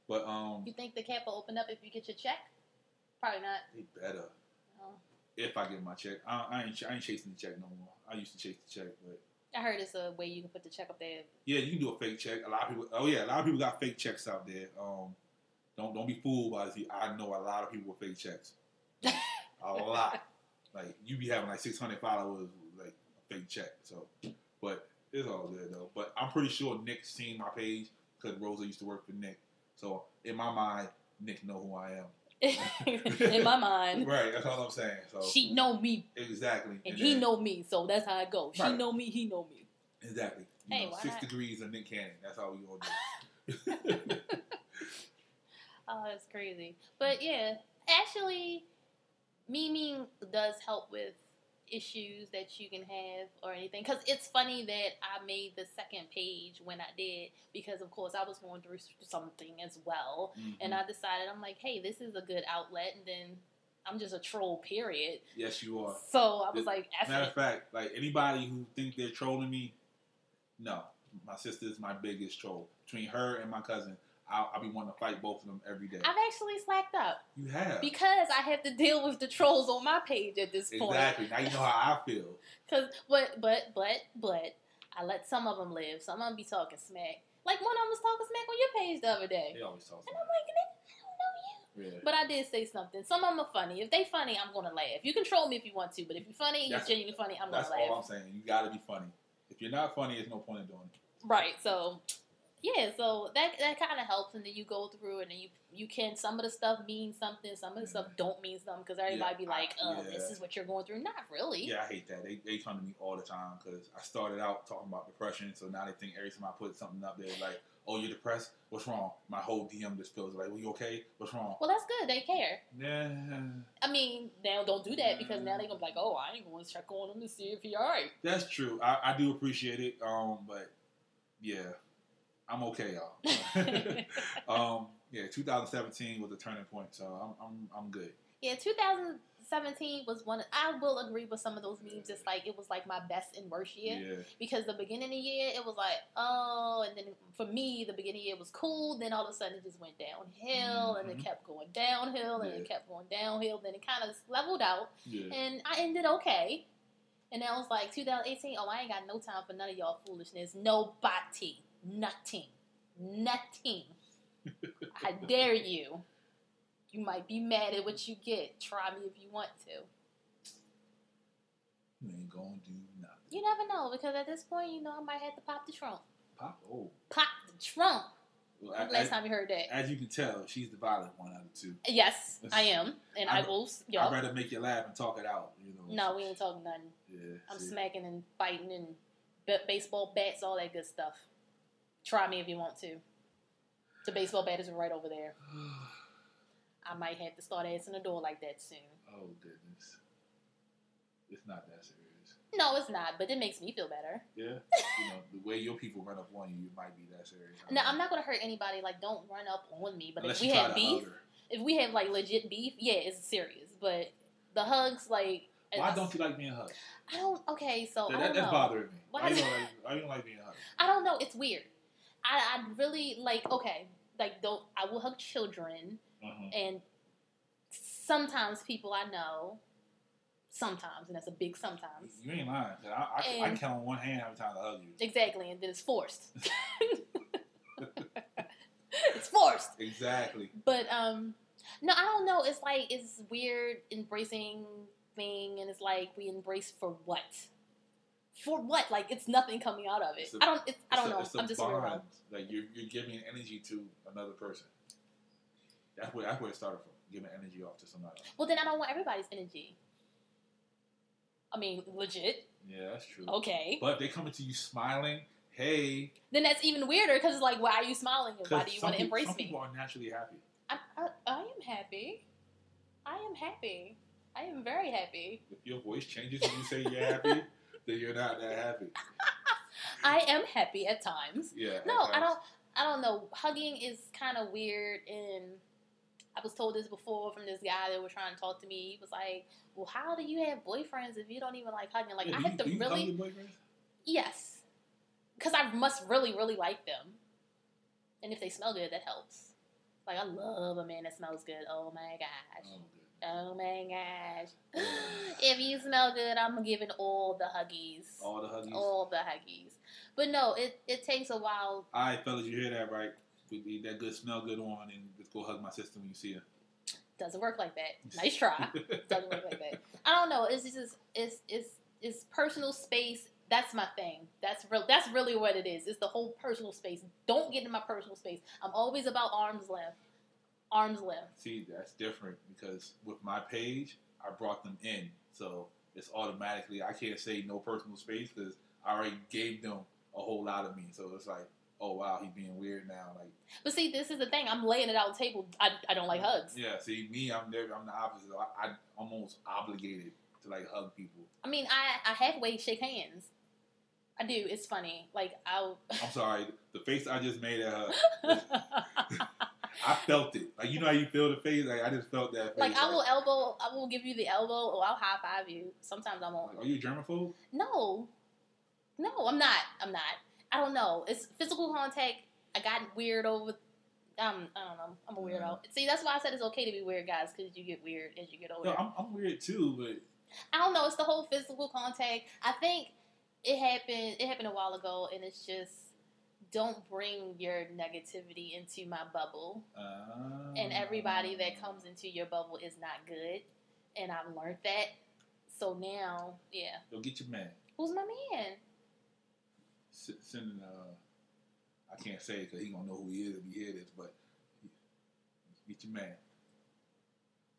S2: but um,
S3: You think the cap will open up if you get your check? Probably not.
S2: they better.
S3: Oh.
S2: If I get my check, I, I ain't I ain't chasing the check no more. I used to chase the check, but
S3: I heard it's a way you can put the check up there. (laughs)
S2: Yeah, you can do a fake check. A lot of people. Oh yeah, a lot of people got fake checks out there. Um, don't don't be fooled by the. I know a lot of people with fake checks.
S3: (laughs)
S2: a lot. Like you be having like six hundred followers, with, like a fake check. So, but it's all good though. But I'm pretty sure Nick seen my page because Rosa used to work for Nick. So in my mind, Nick know who I am.
S3: In my
S2: (laughs)
S3: mind,
S2: Right. That's all I'm saying. So
S3: she know me
S2: exactly.
S3: and he
S2: then-
S3: know me, so that's how it goes. She
S2: Right.
S3: know me, he know me.
S2: exactly. You
S3: Hey,
S2: know,
S3: why
S2: six
S3: not?
S2: degrees of Nick Cannon. That's how we gonna do. it.
S3: (laughs) Oh, that's crazy. But yeah, actually, memeing does help with issues that you can have or anything. Because it's funny that I made the second page when I did, because of course I was going through s- something as well.
S2: Mhm.
S3: And I decided, I'm like, hey, this is a good outlet. And then I'm just a troll, period.
S2: yes, you are.
S3: So I was
S2: Th-
S3: like, F
S2: Matter of
S3: it.
S2: fact, like anybody who think they're trolling me, no. My sister is my biggest troll. Between her and my cousin, I'll, I'll be wanting to fight both of them every day.
S3: I've actually slacked up
S2: you have
S3: because I have to deal with the trolls on my page at this point.
S2: exactly. Now you know how I feel.
S3: Cause, but, but, but, but, I let some of them live. Some of them be talking smack. Like one of them was talking smack on your page the other day,
S2: They always talk.
S3: and I'm like, "Nigga, I don't know you.
S2: smack. Yeah.
S3: But I did say something. Some of them are funny. If they funny, I'm gonna laugh. You control me if you want to, but if you're funny, you're
S2: That's-
S3: genuinely funny. I'm
S2: That's
S3: gonna laugh.
S2: all I'm saying. You got to be funny. If you're not funny, there's no point in doing it.
S3: Right. So yeah, so that that kind of helps, and then you go through, and then you you can some of the stuff means something, some of the stuff
S2: Yeah.
S3: don't mean something because everybody be
S2: I-
S3: like, oh,
S2: Mm-hmm. yeah.
S3: this is what you're going through. Not really.
S2: Yeah, I hate that. They, they come to me all the time because I started out talking about depression, so now they think every time I put something up, they're like, "Oh, you're depressed? What's wrong?" My whole DM just feels like, "Well, you okay? What's wrong?"
S3: Well, that's good. They care.
S2: Nah.
S3: I mean, now don't do that because now
S2: Mm.
S3: they gonna be like, oh, I ain't gonna check on him to see if he all right.
S2: That's true. I, I do appreciate it. Um, but yeah, I'm okay,
S3: (laughs)
S2: y'all. (laughs) um, yeah, 2017 was a turning point, so I'm I'm, I'm good.
S3: Yeah, 2017 was one. Of, I will agree with some of those memes. It's like it was like my best and worst year. because the beginning of the year it was like oh and then for me the beginning of the year was cool then all of a sudden it just went downhill and it
S2: Mhm.
S3: kept going downhill and it
S2: Yeah.
S3: kept going downhill then it kind of leveled out
S2: yeah.
S3: and i ended okay and that was like 2018 oh i ain't got no time for none of y'all foolishness nobody nothing (laughs) nothing i dare you you might be mad at what you get try me if you want to
S2: You ain't gonna do nothing.
S3: you never know because at this point you know i might have to pop the trunk
S2: Pop. Oh,
S3: pop the trunk
S2: well,
S3: When was
S2: a-
S3: the last
S2: as,
S3: time you heard that.
S2: as you can tell, she's the violent one out of the two.
S3: Yes, I am, and I,
S2: I'd-
S3: will.
S2: I'd
S3: Y'all.
S2: rather make you laugh and talk it out. You know.
S3: No, we ain't talking nothing.
S2: Yeah,
S3: I'm
S2: see.
S3: smacking and fighting and ba- baseball bats, all that good stuff. Try me if you want to. The baseball bat is right over there. I might have to start answering the door like that soon.
S2: (sighs) oh goodness, it's not that serious.
S3: No, it's not, but it makes me feel better. (laughs)
S2: Yeah, you know the way your people run up on you, it might be that serious.
S3: No, I'm not gonna hurt anybody. Like, don't run up on me. But
S2: Unless
S3: if
S2: you
S3: we
S2: try
S3: have
S2: to
S3: beef,
S2: hug her.
S3: if we have like legit beef, yeah, it's serious. But the hugs, like,
S2: Why
S3: it's-
S2: don't you like being hugged?
S3: I don't. Okay, so
S2: That,
S3: I
S2: that,
S3: don't
S2: that's
S3: know.
S2: bothering me.
S3: Why
S2: Why you
S3: do-
S2: don't like, why you don't like being hugged?
S3: I don't know. It's weird. I, I really like okay, like don't I will hug children
S2: Uh-huh.
S3: and sometimes people I know, sometimes and that's a big sometimes.
S2: You ain't lying. 'cause I, I, can- I can
S3: And-
S2: count on one hand how many times I hug you.
S3: Exactly, and then
S2: (laughs)
S3: it's forced. (laughs) it's forced.
S2: Exactly.
S3: But um no, I don't know. It's like it's weird embracing thing and it's like we embrace for what? For what? Like it's nothing coming out of it.
S2: It's a-
S3: I don't it's, I
S2: It's
S3: don't
S2: a-
S3: know.
S2: It's a
S3: I'm just a
S2: bond.
S3: weirdo.
S2: Like you're, you're giving energy to another person. That's where that's where it started from. Giving energy off to somebody. else.
S3: Well, then I don't want everybody's energy. I mean, legit.
S2: Yeah, that's true.
S3: Okay.
S2: But they coming to you smiling. Hey,
S3: Then that's even weirder because it's like, why are you smiling? And why do you
S2: some
S3: want to
S2: peop-
S3: embrace
S2: some
S3: me?
S2: people are naturally happy.
S3: I, I, I am happy. I am happy. I am very happy.
S2: If your voice changes when you say you're happy,
S3: (laughs)
S2: then you're not that happy.
S3: I am happy at times.
S2: Yeah.
S3: No,
S2: at
S3: I
S2: times.
S3: don't. I don't know. Hugging is kind of weird, and I was told this before from this guy that was trying to talk to me. He was like, "Well, how do you have boyfriends if you don't even like hugging?" Like,
S2: Yeah,
S3: I
S2: do
S3: have
S2: you,
S3: to
S2: do you hug
S3: really.
S2: your boyfriend?
S3: Yes. Because I must really, really like them. And if they smell good, that helps. Like, I love a man that smells good. Oh my gosh.
S2: Oh,
S3: Oh, my gosh. (laughs)
S2: Yeah.
S3: if you smell good, I'm giving all the huggies.
S2: All the huggies.
S3: All the huggies. But no, it, it takes a while.
S2: All right, fellas, you hear that right? Put the- that good smell good on, and just go hug my sister when you see her.
S3: Doesn't work like
S2: (laughs)
S3: that. Nice try. Doesn't work like that. I don't know. It's just, it's, it's, it's personal space. That's my thing. That's real. That's really what it is. It's the whole personal space. Don't get in my personal space. I'm always about arms length. Arms length.
S2: see, that's different because with my page, I brought them in, so it's automatically. I can't say no personal space because I already gave them a whole lot of me. So it's like, oh wow, he's being weird now. Like,
S3: But see, this is the thing. I'm laying it out on the table. I, I don't like hugs.
S2: yeah. See, me, I'm there. I'm the opposite. I, I almost obligated to like hug people.
S3: I mean, I, I halfway shake hands. I do. It's funny. Like I'll. (laughs)
S2: I'm sorry, the face I just made at her, I felt it. Like you know how you feel the face. Like I just felt that. Face.
S3: like I will elbow. I will give you the elbow, or I'll high five you. Sometimes I won't.
S2: Like, are you a germaphobe?
S3: No, no, I'm not. I'm not. I don't know. It's physical contact. I got weird over Um, I don't know. I'm a weirdo.
S2: Mm-hmm.
S3: See, that's why I said it's okay to be weird, guys, because you get weird as you get older.
S2: No, I'm, I'm weird too, but
S3: I don't know. It's the whole physical contact. I think it happened. It happened a while ago, and it's just don't bring your negativity into my bubble.
S2: uh,
S3: And everybody that comes into your bubble is not good, and I've learned that. So now, yeah,
S2: Go get your man.
S3: who's my man?
S2: S- sending uh, I can't say because he gonna know who he is if he hear this, but get your man.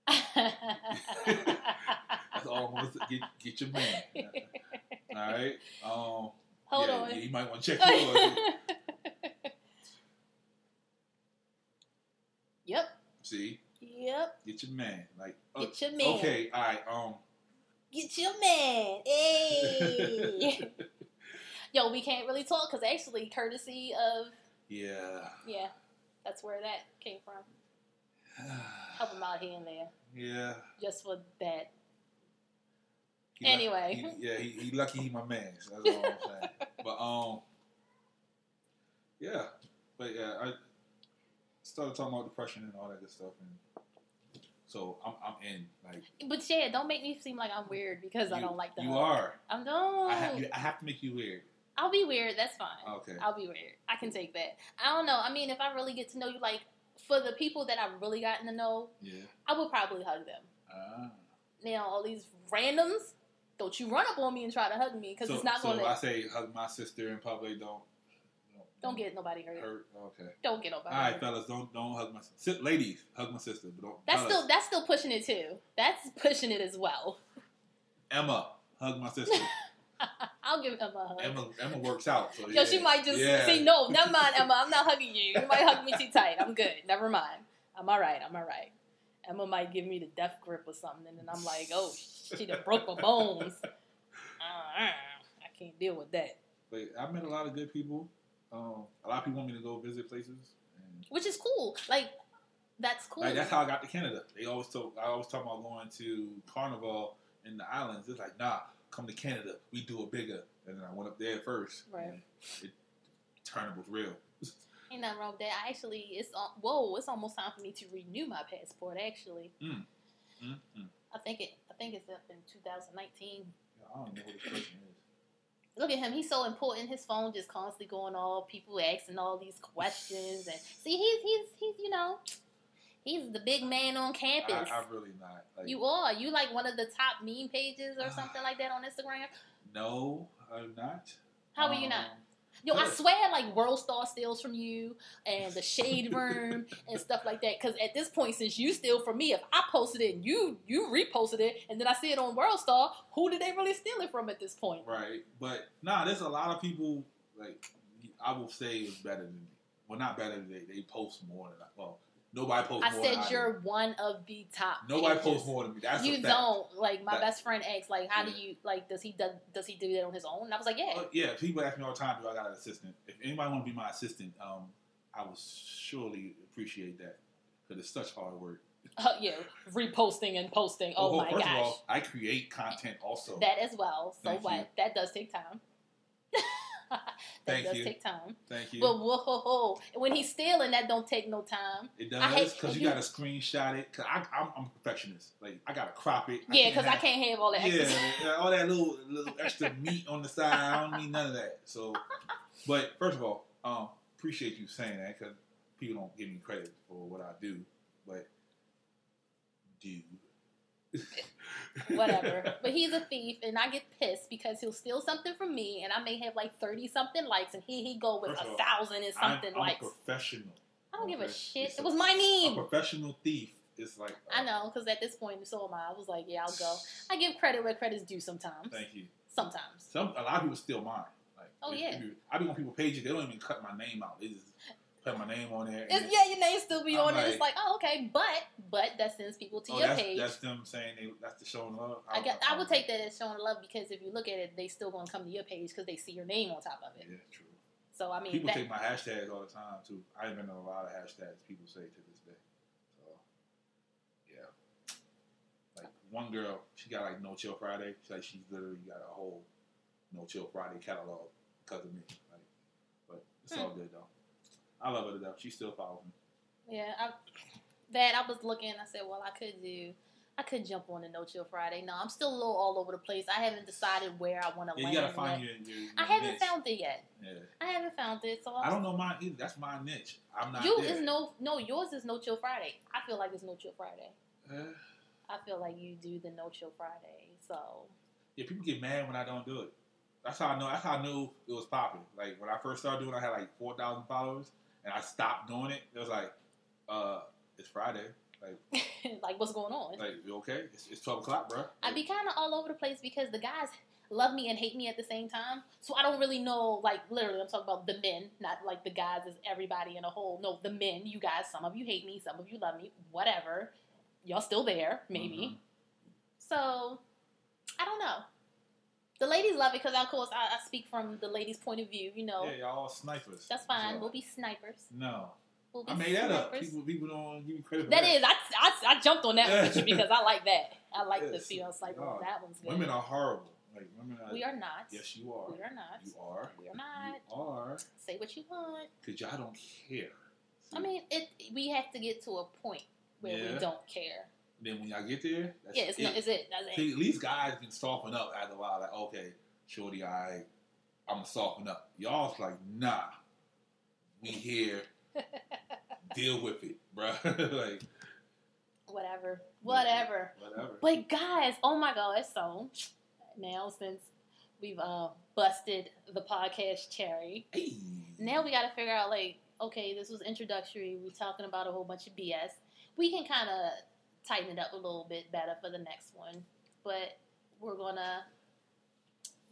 S3: (laughs)
S2: That's all I'm gonna say. Get, get your
S3: (laughs)
S2: man. all right. Um,
S3: Hold
S2: yeah,
S3: on. (laughs)
S2: yeah, you might want to check yours.
S3: yep.
S2: See,
S3: Yep.
S2: get your man. Like uh,
S3: Get your man.
S2: Okay. All right. Um.
S3: Get your man.
S2: (laughs)
S3: Hey. Yo, we can't really talk because actually, courtesy of
S2: Yeah. (sighs)
S3: yeah, that's where that came from. Help him out here and there,
S2: yeah.
S3: just for that.
S2: He lucky-
S3: Anyway.
S2: he- yeah, he, he lucky he my man. So that's all I'm
S3: (laughs)
S2: saying. but um, yeah, but yeah, I started talking about depression and all that good stuff, and so I'm I'm in. Like
S3: But yeah, don't make me seem like I'm weird because I
S2: you-
S3: don't like the.
S2: You
S3: hug.
S2: are.
S3: I'm
S2: I,
S3: not.
S2: ha- Oh, you, I have to make you weird.
S3: I'll be weird. That's fine.
S2: Okay.
S3: I'll be weird. I can take that. I don't know. I mean, if I really get to know you, like for the people that I've really gotten to know,
S2: Yeah.
S3: I would probably hug them.
S2: Ah.
S3: Now all these randoms, don't you run up on me and try to hug me because
S2: so,
S3: it's not
S2: so
S3: gonna.
S2: I say hug my sister in public. Don't
S3: don't get nobody hurt.
S2: hurt. Okay.
S3: Don't get nobody
S2: All right,
S3: hurt.
S2: fellas, don't don't hug my si- ladies. Hug my sister, but don't.
S3: That's
S2: fellas,
S3: still that's still pushing it too. That's pushing it as well.
S2: Emma. Hug my sister.
S3: I'll give Emma a hug.
S2: Emma Emma works out. So
S3: Yo,
S2: yeah.
S3: she might just
S2: Yeah.
S3: say no. Never mind, Emma. I'm not hugging you. You might hug me too tight. I'm good. Never mind. I'm all right. I'm all right. Emma might give me the death grip or something, and then I'm like, oh, she done broke my bones. Uh, I can't deal with that.
S2: But I met a lot of good people. Um, a lot of people want me to go visit places. And,
S3: Which is cool. Like that's cool.
S2: like that's how I got to Canada. They always talk. I always talk about going to Carnival in the islands. It's like, nah, come to Canada. We do it bigger. And then I went up there first.
S3: Right.
S2: and It turned was real.
S3: Ain't nothing wrong with that. I actually, it's al- whoa, it's almost time for me to renew my passport. Actually,
S2: mm mm.
S3: I think it, I think it's up in 2019.
S2: Yeah, I don't know who this person is.
S3: Look at him, he's so important. His phone just constantly going off. People asking all these questions,
S2: (sighs)
S3: and see, he's he's he's you know, he's the big man on campus.
S2: I, I'm really not. Like,
S3: you are you like one of the top meme pages
S2: (sighs)
S3: or something like that on Instagram?
S2: no, I'm not.
S3: How are you
S2: Um,
S3: not? Yo, I
S2: good.
S3: swear, like World Star steals from you, and the
S2: (laughs)
S3: Shade Room and stuff like that. Because at this point, since you steal from me, if I posted it and you you reposted it, and then I see it on World Star, who did they really steal it from at this point?
S2: Right. But nah, there's a lot of people like I will say is better than me. Well, not better than they. They post more than I. Well, nobody posts
S3: I
S2: more. than
S3: said
S2: do.
S3: you're one of the top.
S2: Nobody
S3: pages.
S2: posts more than me. That's
S3: you
S2: a fact.
S3: don't like my
S2: That- Mm.
S3: best friend asked like how
S2: Yeah.
S3: do you like does he do, does he do that on his own and I was like yeah
S2: Uh, yeah, people ask me all the time, do I got an assistant? If anybody want to be my assistant, um, I will surely appreciate that because it's such hard work.
S3: Uh, yeah reposting and posting oh, my
S2: first
S3: gosh
S2: of all, I create content also.
S3: that as well so
S2: Thank
S3: what
S2: you.
S3: that does take time (laughs) that
S2: Thank
S3: does
S2: you.
S3: take time
S2: Thank you.
S3: But whoa, whoa, whoa. when he's stealing, that don't take no time.
S2: it
S3: I hate-
S2: does because you,
S3: you-
S2: got to screenshot it. Cause I, I'm, I'm a perfectionist. Like I got to crop it.
S3: Yeah, because I
S2: have-
S3: can't have all that.
S2: Yeah,
S3: extra.
S2: yeah, all that little little extra meat on the side. I don't need none of that. So, but first of all, um, appreciate you saying that because people don't give me credit for what I do, but do
S3: (laughs) Whatever. But he's a thief, and I get pissed because he'll steal something from me, and I may have like thirty something likes, and here he go with
S2: First of
S3: a
S2: all,
S3: thousand and something
S2: (laughs) I'm, I'm
S3: likes.
S2: a professional.
S3: I don't give a
S2: okay.
S3: shit.
S2: It's
S3: It
S2: a-
S3: was my
S2: A
S3: name.
S2: professional thief is like. uh,
S3: I know, because at this point, so am I. I was like, yeah, I'll go. I give credit where credit's due sometimes.
S2: Thank you.
S3: Sometimes.
S2: Some a lot of people steal mine. Like,
S3: Oh,
S2: if-
S3: yeah.
S2: if you- I be on people's pages. They don't even cut my name out. They just put my name on there. and
S3: It's,
S2: then-
S3: yeah, your name still be
S2: I'm
S3: on it. It's
S2: like-
S3: like, oh, okay, but but that sends people to
S2: Oh,
S3: your
S2: that's,
S3: page.
S2: that's them saying they, that's the showing love.
S3: I, guess, I would take that as showing love because if you look at it, they still gonna come to your page because they see your name on top of it.
S2: Yeah, true.
S3: So I mean,
S2: People
S3: that,
S2: take my hashtags all the time too. I invented a lot of hashtags people say to this day. So yeah. Like one girl, she got like No Chill Friday. She's like she's literally got a whole No Chill Friday catalog
S3: Hmm.
S2: because of me. Like, but it's all good though. I love her to death. She still follows me.
S3: Yeah, I, that I was looking. I said, well, I could do. I could jump on a No Chill Friday. No, I'm still a little all over the place. I haven't decided where I want to
S2: Yeah,
S3: land.
S2: you gotta find
S3: yet.
S2: your. your, your
S3: I haven't
S2: niche.
S3: found it yet.
S2: Yeah.
S3: I haven't found it, so I'm
S2: I don't know mine either. That's my niche. I'm not.
S3: You
S2: there.
S3: is no no yours is no chill Friday. I feel like it's no chill Friday.
S2: Uh,
S3: I feel like you do the no chill Friday. So (laughs)
S2: yeah, people get mad when I don't do it. That's how I know. That's how I knew it was popping. Like when I first started doing, it, I had like four thousand followers, and I stopped doing it. It was like, uh, it's Friday.
S3: like what's going on?
S2: Like you okay? It's, it's twelve o'clock, bro.
S3: I be kind of all over the place because the guys love me and hate me at the same time. So I don't really know. Like literally, I'm talking about the men, not like the guys as everybody in a whole. No, the men. You guys. Some of you hate me. Some of you love me. Whatever. Y'all still there? Maybe.
S2: Mhm.
S3: So, I don't know. The ladies love it because, of course, I, I speak from the ladies' point of view. You know,
S2: Mm-hmm. Yeah, y'all all snipers.
S3: that's fine.
S2: So-
S3: We'll be snipers.
S2: no,
S3: We'll be
S2: I made that up.
S3: snipers.
S2: People, people don't give me credit. for
S3: That is, I, I, I jumped on that
S2: Yeah. (laughs)
S3: picture because I like that. I like the
S2: Yes.
S3: female sniper.
S2: God.
S3: That one's good.
S2: Women are horrible. Like women are.
S3: we are not.
S2: Yes, you are.
S3: We are not.
S2: You are.
S3: We are not.
S2: You are.
S3: Say what you want.
S2: Cause y'all don't care.
S3: I mean, it. We have to get to a point where
S2: Yeah.
S3: we don't care.
S2: Then when y'all get there, that's
S3: yeah, it's
S2: it.
S3: not. Is it? That's
S2: See,
S3: it.
S2: at least guys can soften up after a while. Like, okay, shorty, I, I'm gonna soften up. Y'all's like, nah, we
S3: (laughs)
S2: here. Deal with it, bruh. (laughs) like,
S3: Whatever. Whatever.
S2: whatever.
S3: But guys, oh my gosh! So now since we've uh, busted the podcast cherry,
S2: Hey.
S3: now we got to figure out like, okay, this was introductory. We're talking about a whole bunch of BS. We can kind of tighten it up a little bit better for the next one, but we're gonna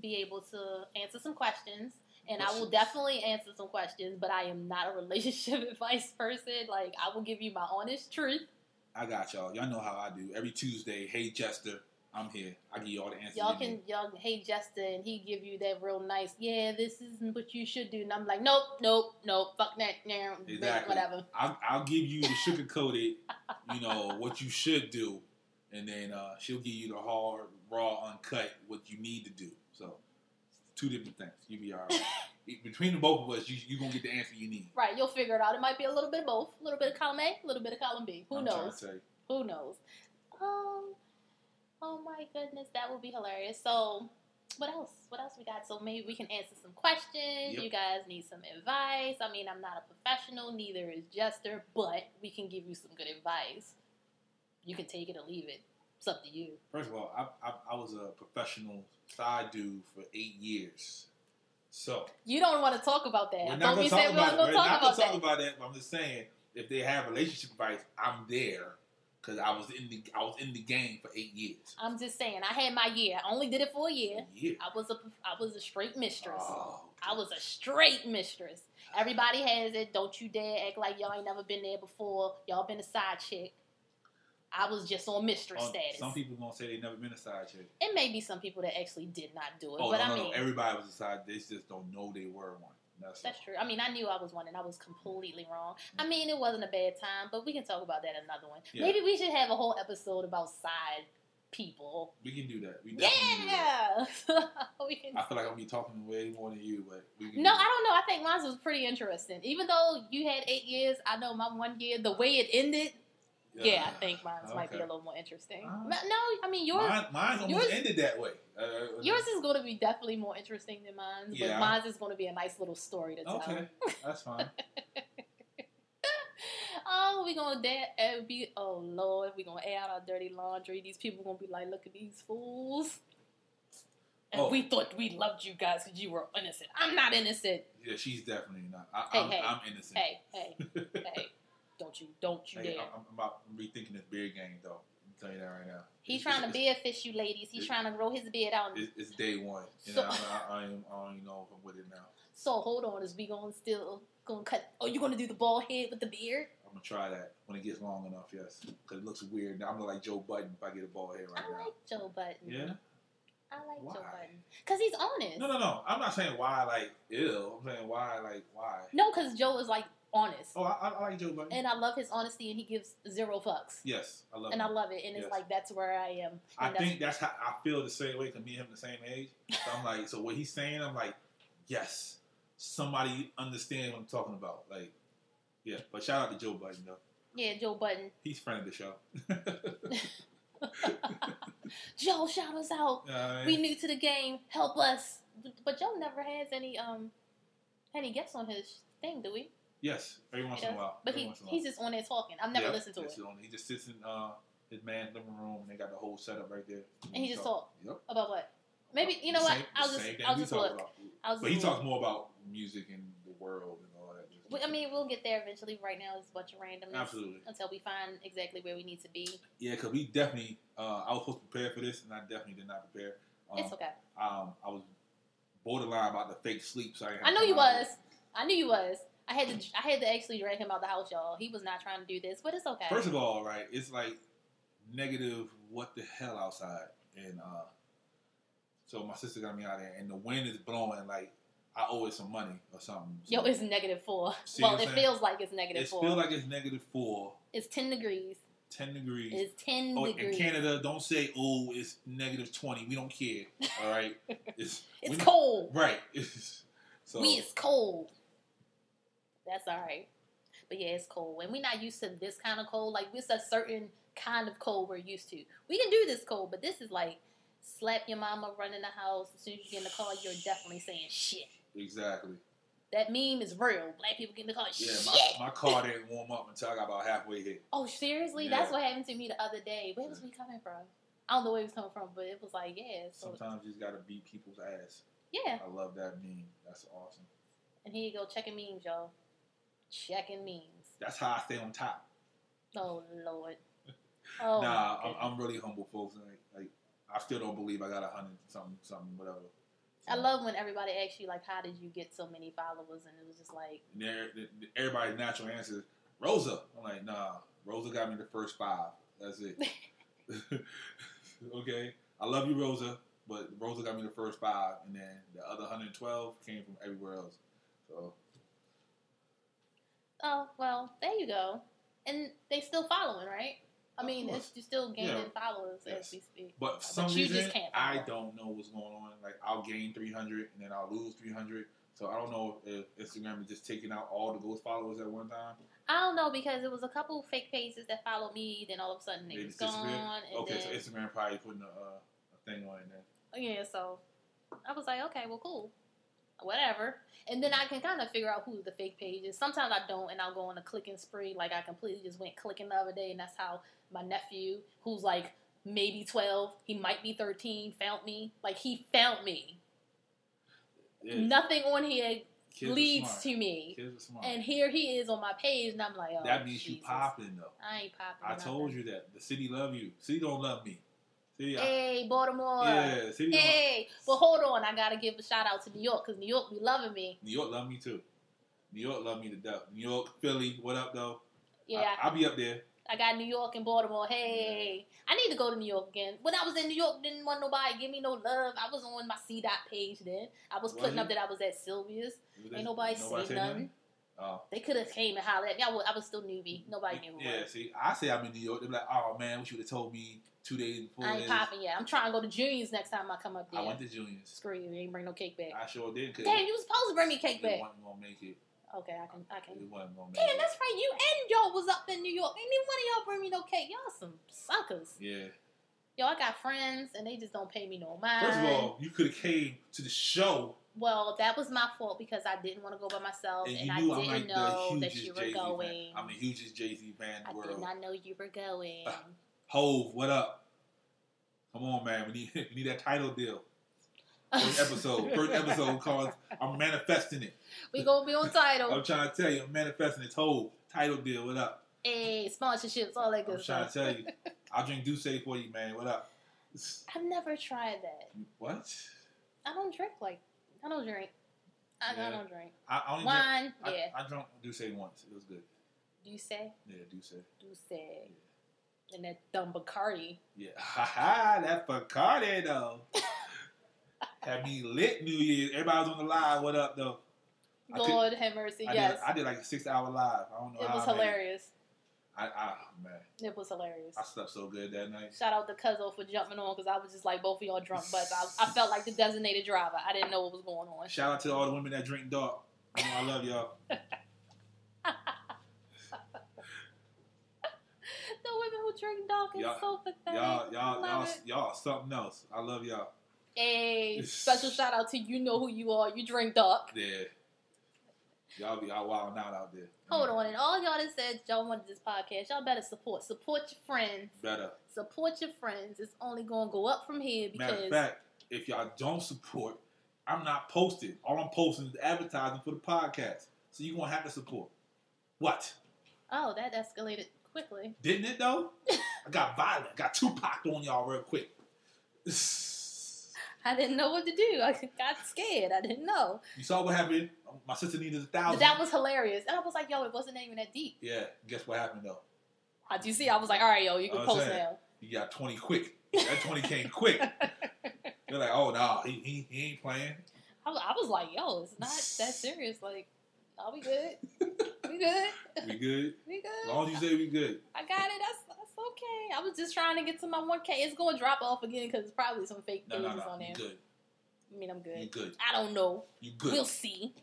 S3: be able to answer some questions. And I will
S2: Questions.
S3: definitely answer some questions, but I am not a relationship (laughs) advice person. Like I will give you my honest truth.
S2: I got y'all. Y'all know how I do. Every Tuesday, hey Jester, I'm here. I give you all the answers.
S3: Y'all
S2: you
S3: can
S2: need.
S3: y'all hey Justin, he give you that real nice, yeah, this is what you should do. And I'm like, Nope, nope, nope, fuck that now
S2: Exactly.
S3: whatever.
S2: I'll, I'll give you the sugar coated, you know, what you should do, and then uh, she'll give you the hard, raw, uncut, what you need to do. So, two different things. You be all
S3: (laughs)
S2: right. Between the both of us, you you gonna get the answer you need.
S3: Right, you'll figure it out. It might be a little bit of both, a little bit of column A, a little bit of column B. Who
S2: I'm trying
S3: knows?
S2: to say.
S3: Who knows? Um, oh my goodness, that would be hilarious. So, what else? What else we got? So maybe we can answer some questions.
S2: Yep.
S3: You guys need some advice. I mean, I'm not a professional, neither is Jester, but we can give you some good advice. You can take it or leave it. It's up to you.
S2: First of all, I, I I was a professional side dude for eight years, so
S3: You don't want to talk about that.
S2: we're
S3: I
S2: not
S3: thought
S2: gonna
S3: we
S2: talk
S3: said we
S2: about
S3: was
S2: it.
S3: going
S2: We're
S3: to talk
S2: not gonna
S3: about
S2: talk
S3: that.
S2: about that. But I'm just saying, if they have relationship advice, I'm there because I was in the I was in the game for eight years.
S3: I'm just saying, I had my year. I only did it for a year.
S2: Yeah.
S3: I was a I was a straight mistress.
S2: Oh,
S3: I was a straight mistress. Everybody has it. Don't you dare act like y'all ain't never been there before. Y'all been a side chick. I was just on mistress
S2: Oh,
S3: status.
S2: Some people gonna say they never been a side chick.
S3: it may be some people that actually did not do it,
S2: Oh
S3: but
S2: no,
S3: I
S2: no,
S3: mean
S2: no! Everybody was a side. They just don't know they were one. That's,
S3: that's true. I mean, I knew I was one, and I was completely wrong. I mean, it wasn't a bad time, but we can talk about that another one.
S2: Yeah.
S3: Maybe we should have a whole episode about side people.
S2: We can do that. We definitely can do that.
S3: Yeah, (laughs) we can
S2: I feel like I'm be talking way more than you, but we can
S3: No,
S2: do
S3: I don't know. I think mine was pretty interesting. Even though you had eight years, I know my one year, the way it ended,
S2: that.
S3: yeah, I think mine might be a
S2: Okay.
S3: little more interesting.
S2: Ah.
S3: No, no, I mean, yours
S2: Mine, mine almost
S3: yours-
S2: ended that way. Uh,
S3: yours is going to be definitely more interesting than mine, but
S2: Yeah.
S3: mine's is going to be a nice little story to tell.
S2: okay. That's
S3: (laughs)
S2: fine.
S3: Oh, we're going to da- be, oh, Lord, we're going to air out our dirty laundry. These people going to be like, look at these fools. And
S2: Oh.
S3: we thought we loved you guys because you were innocent. I'm not innocent.
S2: (laughs) Yeah, she's definitely not. I,
S3: Hey,
S2: I'm,
S3: hey.
S2: I'm innocent.
S3: Hey, hey, hey. Don't you, don't you
S2: Hey,
S3: dare.
S2: I'm, I'm about I'm rethinking this beer game, though. I'm telling you that right now.
S3: He's
S2: It's-
S3: trying
S2: (laughs)
S3: to
S2: it's-
S3: beard fish you ladies. He's
S2: it-
S3: trying to grow his beard out.
S2: It's, it's day one. You
S3: So-
S2: know, I, I, I, am- I don't even know if I'm with it now.
S3: So hold on, is we gonna still gonna cut? Oh, you gonna do the bald head with the beard?
S2: I'm gonna try that when it gets long enough. Yes, because it looks weird. Now I'm gonna like Joe Button if I get a bald head right
S3: I
S2: now.
S3: like Joe Button.
S2: Yeah.
S3: I like
S2: Why?
S3: Joe Button because he's honest.
S2: No, no, no. I'm not saying why. Like, ill. I'm saying why. Like, why?
S3: No, because Joe is like honest,
S2: Oh, I, I- I like Joe Button.
S3: and I love his honesty, and he gives zero fucks,
S2: yes, I love.
S3: and I
S2: him.
S3: love it, and it's
S2: Yes.
S3: like that's where I am.
S2: I
S3: And that's-
S2: think that's how I feel the same way. Cause me and him the same age. So I'm like, so what he's saying, I'm like, yes, somebody understand what I'm talking about. Like, Yeah, but shout out to Joe Button though.
S3: Yeah, Joe Button.
S2: He's friend of the show.
S3: Joe, shout us out.
S2: You know what I
S3: We
S2: mean?
S3: new to the game. Help us. But Joe never has any um any guests on his thing, do we?
S2: yes, every once in a
S3: Yeah.
S2: while.
S3: But
S2: every
S3: he
S2: once in a while.
S3: he's just on there talking. I've never
S2: Yep,
S3: listened to
S2: that's
S3: it.
S2: the only- He just sits in uh, his man's living room, and they got the whole setup right there.
S3: And he just
S2: talk.
S3: talk
S2: Yep.
S3: about what? Maybe you
S2: The
S3: know what?
S2: same- the
S3: I'll just
S2: same thing
S3: I'll
S2: we
S3: just
S2: talk
S3: look.
S2: about.
S3: I'll just
S2: But he
S3: look.
S2: talks more about music and the world and all that.
S3: We, I mean, we'll get there eventually. Right now, it's a bunch of randomness
S2: absolutely.
S3: until we find exactly where we need to be.
S2: Yeah, because we definitely. Uh, I was supposed to prepare for this, and I definitely did not prepare. Um,
S3: It's okay.
S2: um, I was borderline about to fake sleep. So I, didn't
S3: I
S2: have
S3: know you
S2: time.
S3: was. I knew you was. I had to. I had to actually drag him out the house, y'all. He was not trying to do this, but it's okay.
S2: First of all, right, it's like negative what the hell outside. And uh so my sister got me out there and the wind is blowing like I owe it some money or something. So
S3: Yo, it's negative four. (laughs)
S2: See
S3: well,
S2: what I'm
S3: it
S2: saying?
S3: feels like it's
S2: it
S3: negative four.
S2: feels like it's negative four,
S3: it's ten degrees.
S2: ten degrees.
S3: It's ten
S2: oh, in
S3: degrees.
S2: Canada, don't say oh it's negative twenty. We don't care. All
S3: (laughs)
S2: right. It's,
S3: it's
S2: we-
S3: cold.
S2: Right. (laughs) It's, so
S3: we is cold. That's all right. But yeah, it's cold, and we're not used to this kind of cold. Like it's a certain kind of cold we're used to. We can do this cold, but this is like slap your mama, run in the house. As soon as you get in the car, you're definitely saying shit.
S2: exactly.
S3: That meme is real. Black people get in the car.
S2: Yeah,
S3: shit.
S2: my, my car didn't warm up until I got about halfway here.
S3: Oh, seriously?
S2: Yeah.
S3: That's what happened to me the other day. Where was we coming from? I don't know where we was coming from, but it was like, yeah. So,
S2: Sometimes you just gotta beat people's ass.
S3: yeah.
S2: I love that meme. That's awesome.
S3: And here you go, checking memes, y'all. Checking memes.
S2: That's how I stay on top.
S3: Oh,
S2: (laughs)
S3: Lord.
S2: nah,
S3: Oh, my
S2: I'm,
S3: goodness.
S2: I'm really humble, folks. Like, like, I still don't believe I got a hundred something, something, whatever.
S3: I love when everybody asks you, like, how did you get so many followers? And it was just like,
S2: And they're- th- everybody's natural answer is Rosa. I'm like, nah, Rosa got me the first five. That's
S3: (laughs)
S2: it. (laughs) okay, I love you, Rosa, but Rosa got me the first five, and then the other 112 came from everywhere else. So
S3: oh, well, there you go. And they still following, right? I
S2: Of
S3: mean,
S2: course.
S3: it's, you're still gaining
S2: Yeah.
S3: followers
S2: Yes.
S3: as we speak.
S2: But for some
S3: you just
S2: reason,
S3: can't
S2: I
S3: follow.
S2: don't know what's going on. Like I'll gain 300 and then I'll lose 300. So I don't know if Instagram is just taking out all the ghost followers at one time.
S3: I don't know because it was a couple fake pages that followed me. Then all of a sudden they
S2: They
S3: was
S2: just disappeared?
S3: gone. And
S2: okay,
S3: then,
S2: so Instagram probably putting a, uh, a thing on it. Then.
S3: Yeah, so I was like, okay, well, cool, whatever. And then I can kind of figure out who the fake page is. Sometimes I don't, and I'll go on a clicking spree. Like I completely just went clicking the other day, and that's how my nephew, who's like maybe twelve, he might be thirteen, found me. Like he found me.
S2: Yeah,
S3: Nothing on here
S2: kids are
S3: leads
S2: smart.
S3: to me,
S2: Kids are smart.
S3: and here he is on my page, and I'm like, oh,
S2: that means you
S3: Jesus.
S2: popping though.
S3: I ain't
S2: I
S3: popping.
S2: told
S3: nothing.
S2: you that the city love you. City don't love me. City, I,
S3: Hey, Baltimore.
S2: yeah, city. don't-
S3: Hey, but hold on, I gotta give a shout out to New York because New York be loving me.
S2: New York love me too. New York love me to death. New York, Philly, what up though?
S3: Yeah,
S2: I, will be up there.
S3: I, got New York and Baltimore. Hey, I need to go to New York again. When I was in New York, didn't want nobody give me no love. I was on my C dot page then. I was
S2: Was
S3: putting up
S2: you?
S3: that I was at Sylvia's. Ain't nobody, say nothing.
S2: Oh,
S3: They could have came and hollered at me. I was, I was still newbie. Nobody knew. who I
S2: Yeah,
S3: was.
S2: see, I say I'm in New York. They're like, oh man, wish you would have told me two days before.
S3: I ain't
S2: this."
S3: popping yet. I'm trying to go to Junior's next time I come up there.
S2: I went to Junior's.
S3: Screw you. You ain't bring no cake back.
S2: I sure did because
S3: Damn, you was supposed to bring me cake
S2: it
S3: back.
S2: wasn't gonna make it.
S3: Okay, I can. I can.
S2: It wasn't gonna make
S3: Damn,
S2: it.
S3: that's right. You and y'all was up in New York. Ain't neither one of y'all bring me no cake. Y'all some suckers.
S2: Yeah.
S3: Yo, I got friends and they just don't pay me no mind.
S2: First of all, you could have came to the show
S3: well, that was my fault because I didn't want to go by myself
S2: and
S3: and,
S2: you
S3: I
S2: knew
S3: didn't
S2: I'm like
S3: know
S2: the
S3: that
S2: hugest
S3: you
S2: Jay
S3: were
S2: Z fan.
S3: going.
S2: I'm the hugest Jay Z fan
S3: I
S2: in the
S3: did
S2: world.
S3: not know you were going. (laughs)
S2: Ah. Hove, what up? Come on, man. We need (laughs) we need that title deal.
S3: (laughs)
S2: First episode. First episode cause I'm manifesting it.
S3: we gonna be on title.
S2: I'm trying to tell you, I'm manifesting it. Hove, title deal, what up?
S3: hey, sponsorships, all that
S2: I'm
S3: good
S2: trying to
S3: stuff.
S2: tell
S3: (laughs)
S2: you. I'll drink Douce for you, man. What up?
S3: I've never tried that.
S2: What?
S3: I don't drink like I don't drink. I,
S2: Yeah.
S3: I don't drink
S2: I, I only drank-
S3: wine.
S2: I,
S3: yeah,
S2: I drank Douce once. It was good.
S3: you say,
S2: Yeah, Douce.
S3: you say, and that dumb Bacardi.
S2: Yeah. (laughs) Ha ha, that Bacardi
S3: (laughs)
S2: though. Had me lit New Year's. Everybody was on the live. What up though? I think-
S3: Lord have mercy.
S2: I,
S3: yes,
S2: did, I did like a six hour live. I don't know
S3: it
S2: how
S3: was
S2: I made
S3: hilarious.
S2: I, I oh, man,
S3: It was hilarious.
S2: I slept so good that night.
S3: Shout out to Cuzzo for jumping on because I was just like both of y'all drunk, but I, I felt like the designated driver. I didn't know what was going on. (laughs)
S2: Shout out to all the women that drink dark. You know, I love y'all.
S3: Trick Dawkins
S2: Y'all-
S3: so pathetic.
S2: Y'all,
S3: I
S2: y'all,
S3: love
S2: y'all,
S3: it.
S2: y'all, something else. I love y'all.
S3: Hey, special shout out to you know who you are. You drink dark.
S2: Yeah. Y'all be all wilding out out there.
S3: Hold on, and all y'all that said y'all wanted this podcast, y'all better support. Support your friends.
S2: Better.
S3: Support your friends. It's only gonna go up from here
S2: Matter
S3: because
S2: of fact, if y'all don't support, I'm not posting. All I'm posting is advertising for the podcast. So you're going to have to support. What?
S3: oh, that escalated quickly.
S2: Didn't it
S3: (laughs)
S2: though? I got violent. Got Tupac on y'all real quick. (laughs) you
S3: I didn't know what to do. (laughs) I got scared. I didn't know.
S2: saw what happened. My sister needed a
S3: But
S2: thousand.
S3: that was hilarious. And I was like, yo, it wasn't even that deep.
S2: yeah. Guess what happened though?
S3: How'd you see? I was like, all right, yo, you
S2: I
S3: can
S2: was
S3: post
S2: saying.
S3: now.
S2: You got twenty quick. That twenty came
S3: (laughs)
S2: quick. They're like, oh no, he, he, he ain't playing.
S3: I was, I was like, yo, it's
S2: (laughs)
S3: not that serious. Like, are we good? we good?
S2: We good.
S3: We
S2: As
S3: good?
S2: long as you say we good.
S3: I got it. That's, that's okay. I was just trying to get to my 1K. It's going to drop off again because it's probably some fake
S2: No,
S3: pages
S2: no, no.
S3: on
S2: You
S3: there.
S2: good.
S3: I mean, I'm
S2: You
S3: good.
S2: good.
S3: I don't know.
S2: You good.
S3: We'll see.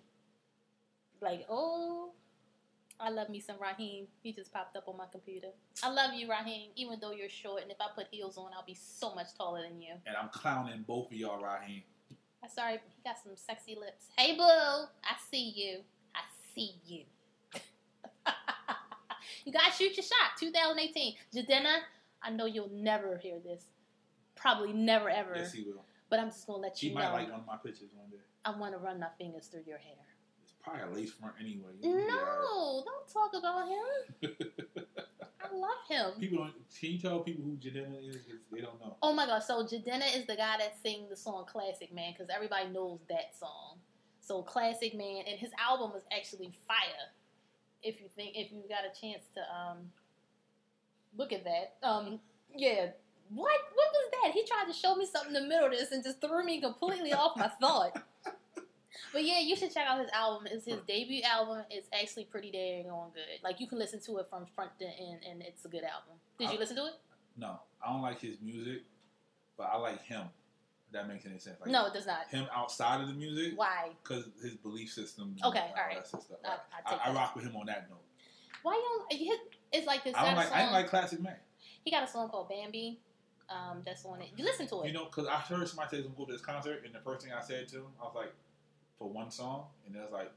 S3: Like, oh, I love me some Raheem. He just popped up on my computer. I love you, Raheem, even though you're short. And if I put heels on, I'll be so much taller than you.
S2: And I'm clowning both of y'all right here.
S3: I'm Uh, sorry, he got some sexy lips. Hey, boo, I see you. I see you. (laughs) you gotta shoot your shot. 2018. Jadena, I know you'll never hear this. Probably never ever.
S2: Yes, he will.
S3: but I'm just gonna let
S2: She
S3: you
S2: might
S3: know.
S2: like one of my pictures one day.
S3: I wanna run my fingers through your hair.
S2: It's probably a lace front anyway. Mm, Yeah.
S3: No, don't talk about him.
S2: (laughs)
S3: I love him.
S2: People don't. Can you tell people who Janelle is? 'Cause They don't know.
S3: Oh my gosh, so Jadena is the guy that sing the song Classic Man because everybody knows that song. So Classic Man and his album was actually fire. If you think if you got a chance to um look at that. Um yeah. What what was that? He tried to show me something in the middle of this and just threw me completely off my
S2: (laughs)
S3: thought. But yeah, you should check out his album. It's his debut album. It's actually pretty dang on good. Like you can listen to it from front to end and it's a good album. Did you
S2: I-
S3: listen to it?
S2: No, I don't like his music, but I like him. If that makes any sense. Like,
S3: No, it does not.
S2: Him outside of the music,
S3: Why?
S2: because his belief system. and
S3: Okay,
S2: all
S3: alright.
S2: that stuff.
S3: I-
S2: Like,
S3: I
S2: I,
S3: take
S2: I
S3: that.
S2: rock with him on that note.
S3: Why you don't? His, it's like this.
S2: I don't
S3: got a
S2: like. I
S3: song-
S2: ain't like classic man.
S3: He got a song called Bambi. Um, that's on it. You listen to it.
S2: You know, because I heard somebody say he's gonna go to this concert, and the first thing I said to him, I was like, for one song, and it was like,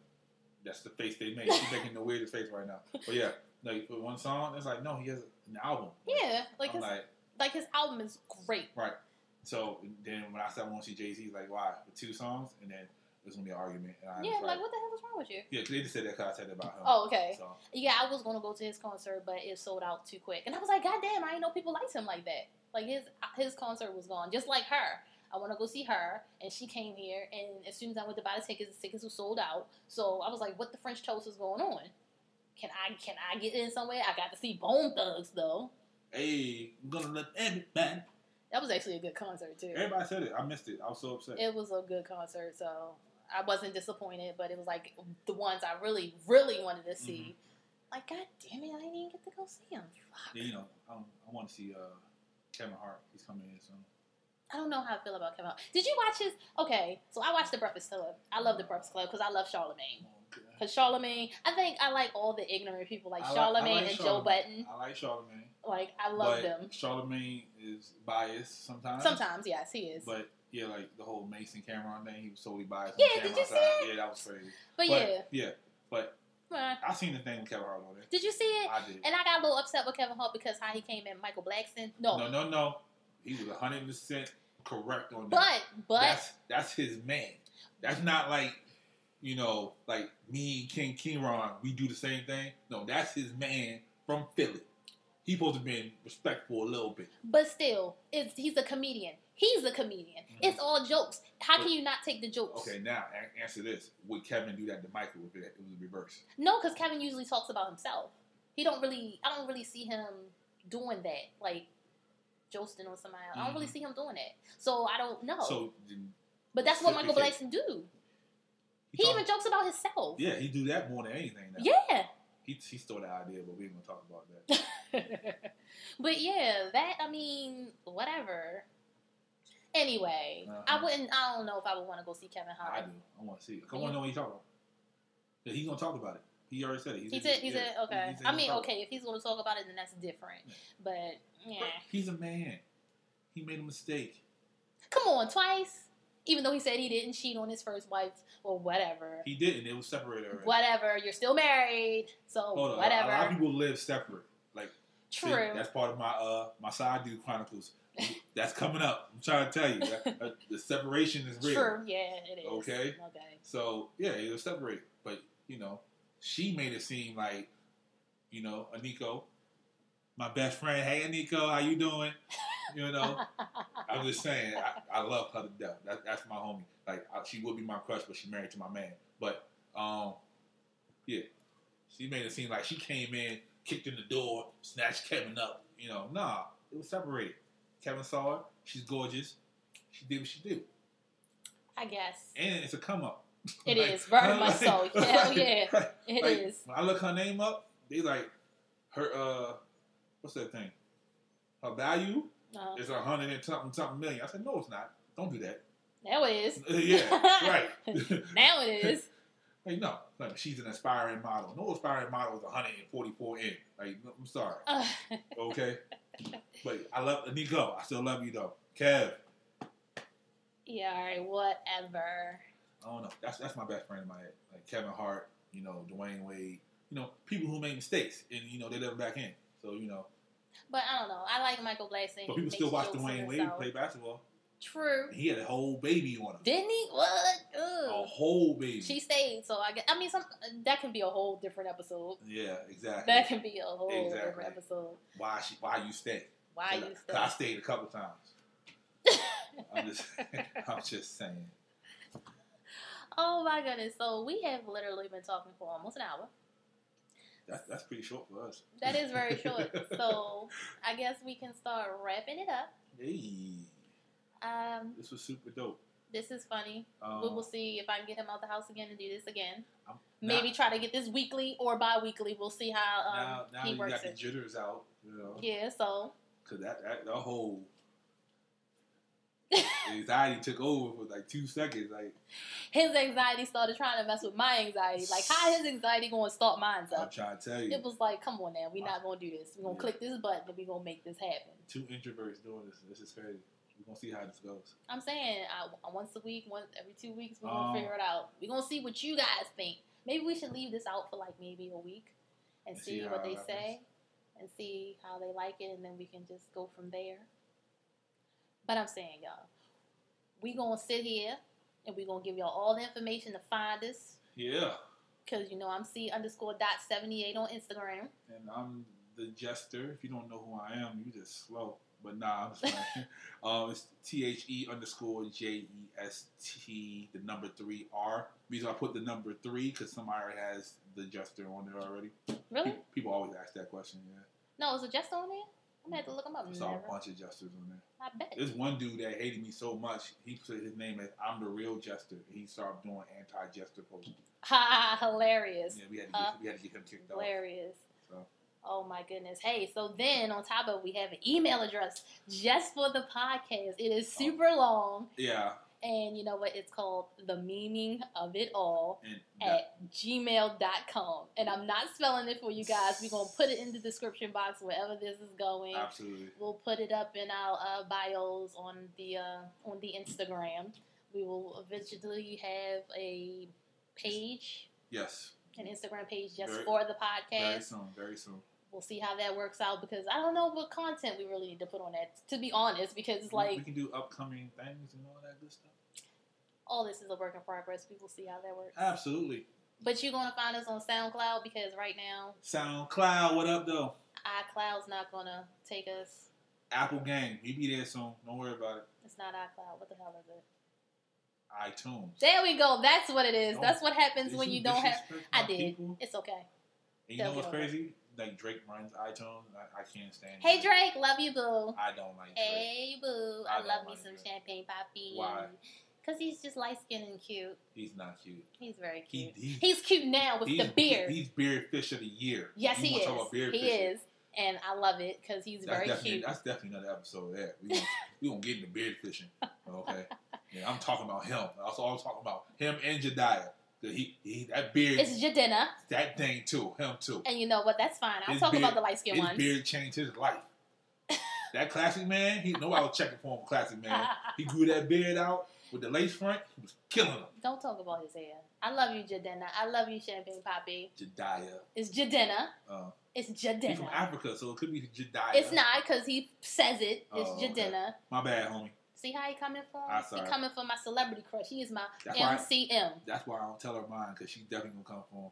S2: that's the face they made.
S3: (laughs)
S2: She's making the weirdest face right now. But yeah, like for one song, it's like, no, he has an album.
S3: yeah, like
S2: I'm
S3: his like,
S2: like,
S3: his album is great.
S2: right. So then when I said I want to see Jay Z, he's like, why? For two songs, and then there's gonna be an argument. And I was
S3: Yeah,
S2: like,
S3: like what the hell is wrong with you?
S2: yeah, 'cause they just said that because I said that about him.
S3: Oh, okay.
S2: So
S3: Yeah, I was gonna go to his concert, but it sold out too quick, and I was like, God damn, I didn't know people liked him like that. Like his his concert was gone, just like her. I want to go see her, and she came here, and as soon as I went to buy the tickets, the tickets were sold out. So I was like, what the French toast is going on? Can I can I get in somewhere? I got to see Bone Thugs though.
S2: hey, I'm gonna let everybody.
S3: That was actually a good concert too.
S2: Everybody said it. I missed it. I was so upset.
S3: It was a good concert, so I wasn't disappointed, but it was like the ones I really, really wanted to see. Like, god damn it, I didn't even get to go see him. Fuck.
S2: Mm-hmm. Yeah, you know, I, I want to see uh, Kevin Hart. He's coming in soon.
S3: I don't know how I feel about Kevin. Hart. Did you watch his? Okay, so I watched The Breakfast Club. I love The Breakfast Club because I love Charlemagne.
S2: Oh, God.
S3: Because Charlemagne, I think I like all the ignorant people like
S2: I like- I like
S3: Charlemagne and Joe
S2: Charlemagne.
S3: Button.
S2: I like Charlemagne.
S3: Like, I love
S2: but
S3: them.
S2: Charlemagne is biased sometimes.
S3: Sometimes, yes, he is. But,
S2: But yeah, like the whole Mason Cameron thing, he was totally biased.
S3: Yeah,
S2: on
S3: did
S2: Cameron
S3: you see Oh,
S2: side. Yeah, that was crazy.
S3: yeah,
S2: yeah, but
S3: Meh.
S2: I seen the thing with Kevin Hart on it.
S3: did you see it?
S2: I did.
S3: And I got a little upset with Kevin Hart because how he came in Michael Blackson. No,
S2: No, no, no. He was hundred percent correct on that.
S3: but but
S2: that's that's his man. That's not like you know, like me and King Kieron, we do the same thing. No, that's his man from Philly. He supposed to be respectful a little bit.
S3: But still, it's he's a comedian. He's a comedian.
S2: Mhm.
S3: It's all jokes. How can
S2: But-
S3: you not take the jokes?
S2: Okay, now a- answer this: Would Kevin do that to Michael if it, it was reversed?
S3: No, because Kevin usually talks about himself. He don't really. I don't really see him doing that. Like joasting on somebody. I don't really
S2: Mhm.
S3: see him doing that. So I don't know.
S2: So then
S3: but that's what
S2: so
S3: Michael
S2: he-
S3: Blackson do. He,
S2: he
S3: even
S2: talk,
S3: jokes about himself.
S2: yeah, he do that more than anything. Now.
S3: Yeah.
S2: he he stole the idea, but we ain't gonna talk about that.
S3: (laughs) but yeah, that I mean, whatever. Anyway, I
S2: Uh-huh.
S3: wouldn't. I don't know if I would want to go see Kevin
S2: I
S3: Hart.
S2: do. I want to see. It. I want to know what he talking about. Yeah, he's gonna talk about it. He already said it.
S3: He said, he
S2: yeah,
S3: said, okay.
S2: he's in
S3: I
S2: his
S3: mean,
S2: power.
S3: okay, if he's going to talk about it, then that's different.
S2: Yeah.
S3: But, yeah.
S2: But He's a man. He made a mistake.
S3: Come on, twice. Even though he said he didn't cheat on his first wife or whatever.
S2: He didn't. It was separated already.
S3: Whatever. You're still married. So,
S2: Hold on. A lot of
S3: whatever.
S2: people live separate. Like see,
S3: True.
S2: that's part of my uh my side dude chronicles. that's coming up. I'm trying to tell
S3: (laughs)
S2: you. That- uh, the separation is real.
S3: True. Yeah, it is.
S2: Okay.
S3: Okay.
S2: So yeah, they were separated. But you know, she made it seem like, you know, Aniko, my best friend. Hey, Aniko, how you doing? You know, (laughs) I'm just saying, I, I love her to death. That, that's my homie. Like I, she would be my crush, but she married to my man. But um, yeah, she made it seem like she came in, kicked in the door, snatched Kevin up. You know, nah, it was separated. Kevin saw her. She's gorgeous. She did what she did,
S3: I guess.
S2: and it's a come up. (laughs)
S3: It
S2: It is
S3: is, very
S2: (laughs)
S3: much so. Hell yeah. it is.
S2: like, When I look her name up, they like her uh what's that thing? Her value
S3: No.
S2: is a hundred and something something million. I said, No it's not. Don't do that. (laughs)
S3: Now it is. (laughs)
S2: yeah. Right. (laughs)
S3: Now it is.
S2: like no. Like she's an aspiring model. No aspiring model is hundred and forty four N. Like no, I'm sorry.
S3: Ugh. (laughs)
S2: Okay. but I love Nico, I still love you though. Kev.
S3: yeah, all right, whatever.
S2: I don't know. That's that's my best friend in my head. Like Kevin Hart, you know, Dwayne Wade, you know, people who made mistakes and you know they let them back in. So, you know,
S3: But I don't know. I like Michael Blackson.
S2: but people
S3: He makes
S2: still watch
S3: jokes
S2: Dwayne
S3: and
S2: Wade
S3: stuff.
S2: play basketball.
S3: True.
S2: He had a whole baby on him.
S3: Didn't he? What?
S2: A
S3: Ugh.
S2: whole baby.
S3: She stayed, so I guess, I mean, some that can be a whole different episode.
S2: yeah, exactly.
S3: That can be a whole
S2: Exactly.
S3: different episode.
S2: why she? Why you stay?
S3: Why
S2: 'Cause
S3: you
S2: I, 'cause I
S3: stay?
S2: stayed a couple times.
S3: (laughs)
S2: I'm just, (laughs) I'm just saying.
S3: Oh my goodness! So we have literally been talking for almost an hour.
S2: That's that's pretty short for us.
S3: That is very
S2: (laughs)
S3: short. so I guess we can start wrapping it up.
S2: Hey,
S3: Um,
S2: this was super dope.
S3: this is funny.
S2: Um,
S3: we will see if I can get him out the house again and do this again.
S2: I'm-
S3: Maybe
S2: now-
S3: try to get this weekly or bi-weekly. We'll see how um,
S2: now, now
S3: he
S2: you
S3: works
S2: got the
S3: it.
S2: jitters out, you know,
S3: Yeah, so
S2: because that, that the
S3: (laughs)
S2: whole anxiety took over for like two seconds. Like
S3: his anxiety started trying to mess with my anxiety. Like, how his anxiety going to start mine
S2: I'm
S3: up?
S2: trying to tell
S3: It
S2: you,
S3: was like, come on now, we're not going to do this. We're going to
S2: Yeah.
S3: click this button and we're going to make this happen.
S2: two introverts doing this. This is crazy. We're gonna see how this goes.
S3: I'm saying I, once a week, once every two weeks, we're going
S2: Um,
S3: to figure it out. We're going to see what you guys think. Maybe we should leave this out for like maybe a week and
S2: And see
S3: see, what
S2: how it
S3: they
S2: happens.
S3: say and see how they like it, and then we can just go from there. But I'm saying, y'all, we going to sit here and we're going to give y'all all the information to find us.
S2: Yeah.
S3: Cause you know I'm C underscore dot seventy eight on Instagram.
S2: and I'm the jester. If you don't know who I am, you just slow. But nah, I'm just playing. um, it's T H E underscore J E S T, the number three R. Reason I put the number three because somebody already has the jester on there already. (laughs)
S3: Really?
S2: Pe- People always ask that question. Yeah,
S3: No, is it just on there? I'm gonna have to look them up.
S2: I saw
S3: Oh, Never.
S2: a bunch of jesters on there.
S3: I bet.
S2: There's one dude that hated me so much. He put his name as I'm the real jester. He started doing anti-jester posts. (laughs)
S3: Ha! (laughs) Hilarious.
S2: Yeah, we had to get, we had to get him kicked off.
S3: Uh, Hilarious.
S2: So.
S3: Oh my goodness. Hey, so then on top of it, we have an email address just for the podcast. It
S2: Oh.
S3: is super long
S2: Yeah,
S3: and you know what? It's called the meaning of it all
S2: and that-
S3: at gmail.com. And I'm not spelling it for you guys. We're gonna put it in the description box wherever this is going.
S2: absolutely.
S3: We'll put it up in our uh, bios on the uh, on the Instagram. We will eventually have a page,
S2: Yes,
S3: an Instagram page just
S2: Very-
S3: for the
S2: very
S3: podcast.
S2: soon, very soon.
S3: We'll see how that works out because I don't know what content we really need to put on that. To be honest, because it's
S2: We-
S3: like
S2: we can do upcoming things and all that good stuff.
S3: all this is a work in progress. We will see how that works.
S2: Absolutely.
S3: But you're gonna find us on SoundCloud because right now
S2: SoundCloud, what up though?
S3: iCloud's not gonna take us.
S2: Apple Game, you be there soon. Don't worry about it.
S3: It's not iCloud. What the hell is it?
S2: iTunes.
S3: There we go. That's what it is.
S2: Don't-
S3: That's what happens
S2: Did
S3: when
S2: you
S3: you don't have.
S2: disrespect my
S3: I did.
S2: people?
S3: It's okay.
S2: And you know
S3: They'll
S2: what's
S3: get over it.
S2: crazy? Like Drake runs iTunes. and I, I can't stand.
S3: Hey Drake, Eh. love you, boo.
S2: I don't like Drake.
S3: Hey boo,
S2: I
S3: I,
S2: don't
S3: love me
S2: like
S3: some
S2: Drake.
S3: champagne poppy.
S2: Why?
S3: Cause he's just light skinned and cute.
S2: He's not cute.
S3: He's very
S2: He,
S3: cute.
S2: he,
S3: he's cute now with
S2: he's-
S3: the beard.
S2: He's beard fish of the year.
S3: yes,
S2: You
S3: he
S2: wanna
S3: is.
S2: talk about beard
S3: He
S2: fishing?
S3: is, and I love it because he's
S2: That's
S3: very
S2: definitely,
S3: cute.
S2: That's definitely another episode of that. We gonna, we gonna get into
S3: (laughs)
S2: beard fishing. Okay. Yeah, I'm talking about him. I was all talking about him and Jediah. The- he, he, that beard,
S3: It's Jadena,
S2: that thing too, him too.
S3: and you know what? That's fine. I'll
S2: His
S3: talk
S2: beard-
S3: about the light
S2: His
S3: skinned (laughs) ones.
S2: beard changed his life. that classic man, he know I was checking for him. Classic
S3: (laughs)
S2: man, he grew that beard out with the lace front. He was killing him.
S3: Don't talk about his hair. I love you, Jadena. I love you, Champagne Poppy.
S2: Jediah,
S3: It's Jadena.
S2: uh,
S3: It's
S2: he's from
S3: Jadena.
S2: Africa, so it could be Jediah.
S3: It's not because he says it. It's
S2: Oh, okay.
S3: Jadena.
S2: my bad, homie.
S3: See how he coming for?
S2: I'm
S3: He
S2: sorry.
S3: coming for my celebrity crush. He is my
S2: That's why. I,
S3: MCM.
S2: that's why I don't tell her mine because she definitely gonna come for him.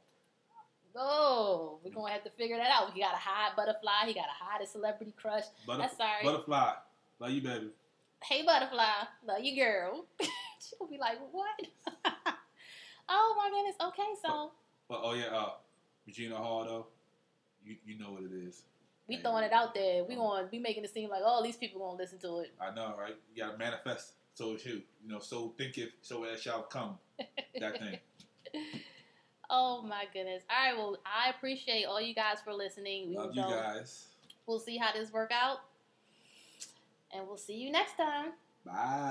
S3: Oh, we're gonna have to figure that out. He got a high butterfly. He got a high celebrity crush.
S2: Butterf-
S3: That's sorry.
S2: Butterfly, love you, baby.
S3: hey, butterfly, love you, girl. (laughs) She'll be like, what? (laughs) oh my goodness. Okay, so
S2: But oh yeah, uh, Regina Hall though, you you know what it is.
S3: we throwing it out there. We going to be making it seem like oh these people gonna listen to it.
S2: I know, right? You gotta manifest. So it's you. You know, so thinketh, so it shall come. That thing.
S3: Oh my goodness. All right. Well, I appreciate all you guys for listening. We
S2: Love you
S3: will-
S2: guys.
S3: We'll see how this work out, and we'll see you next time.
S2: Bye.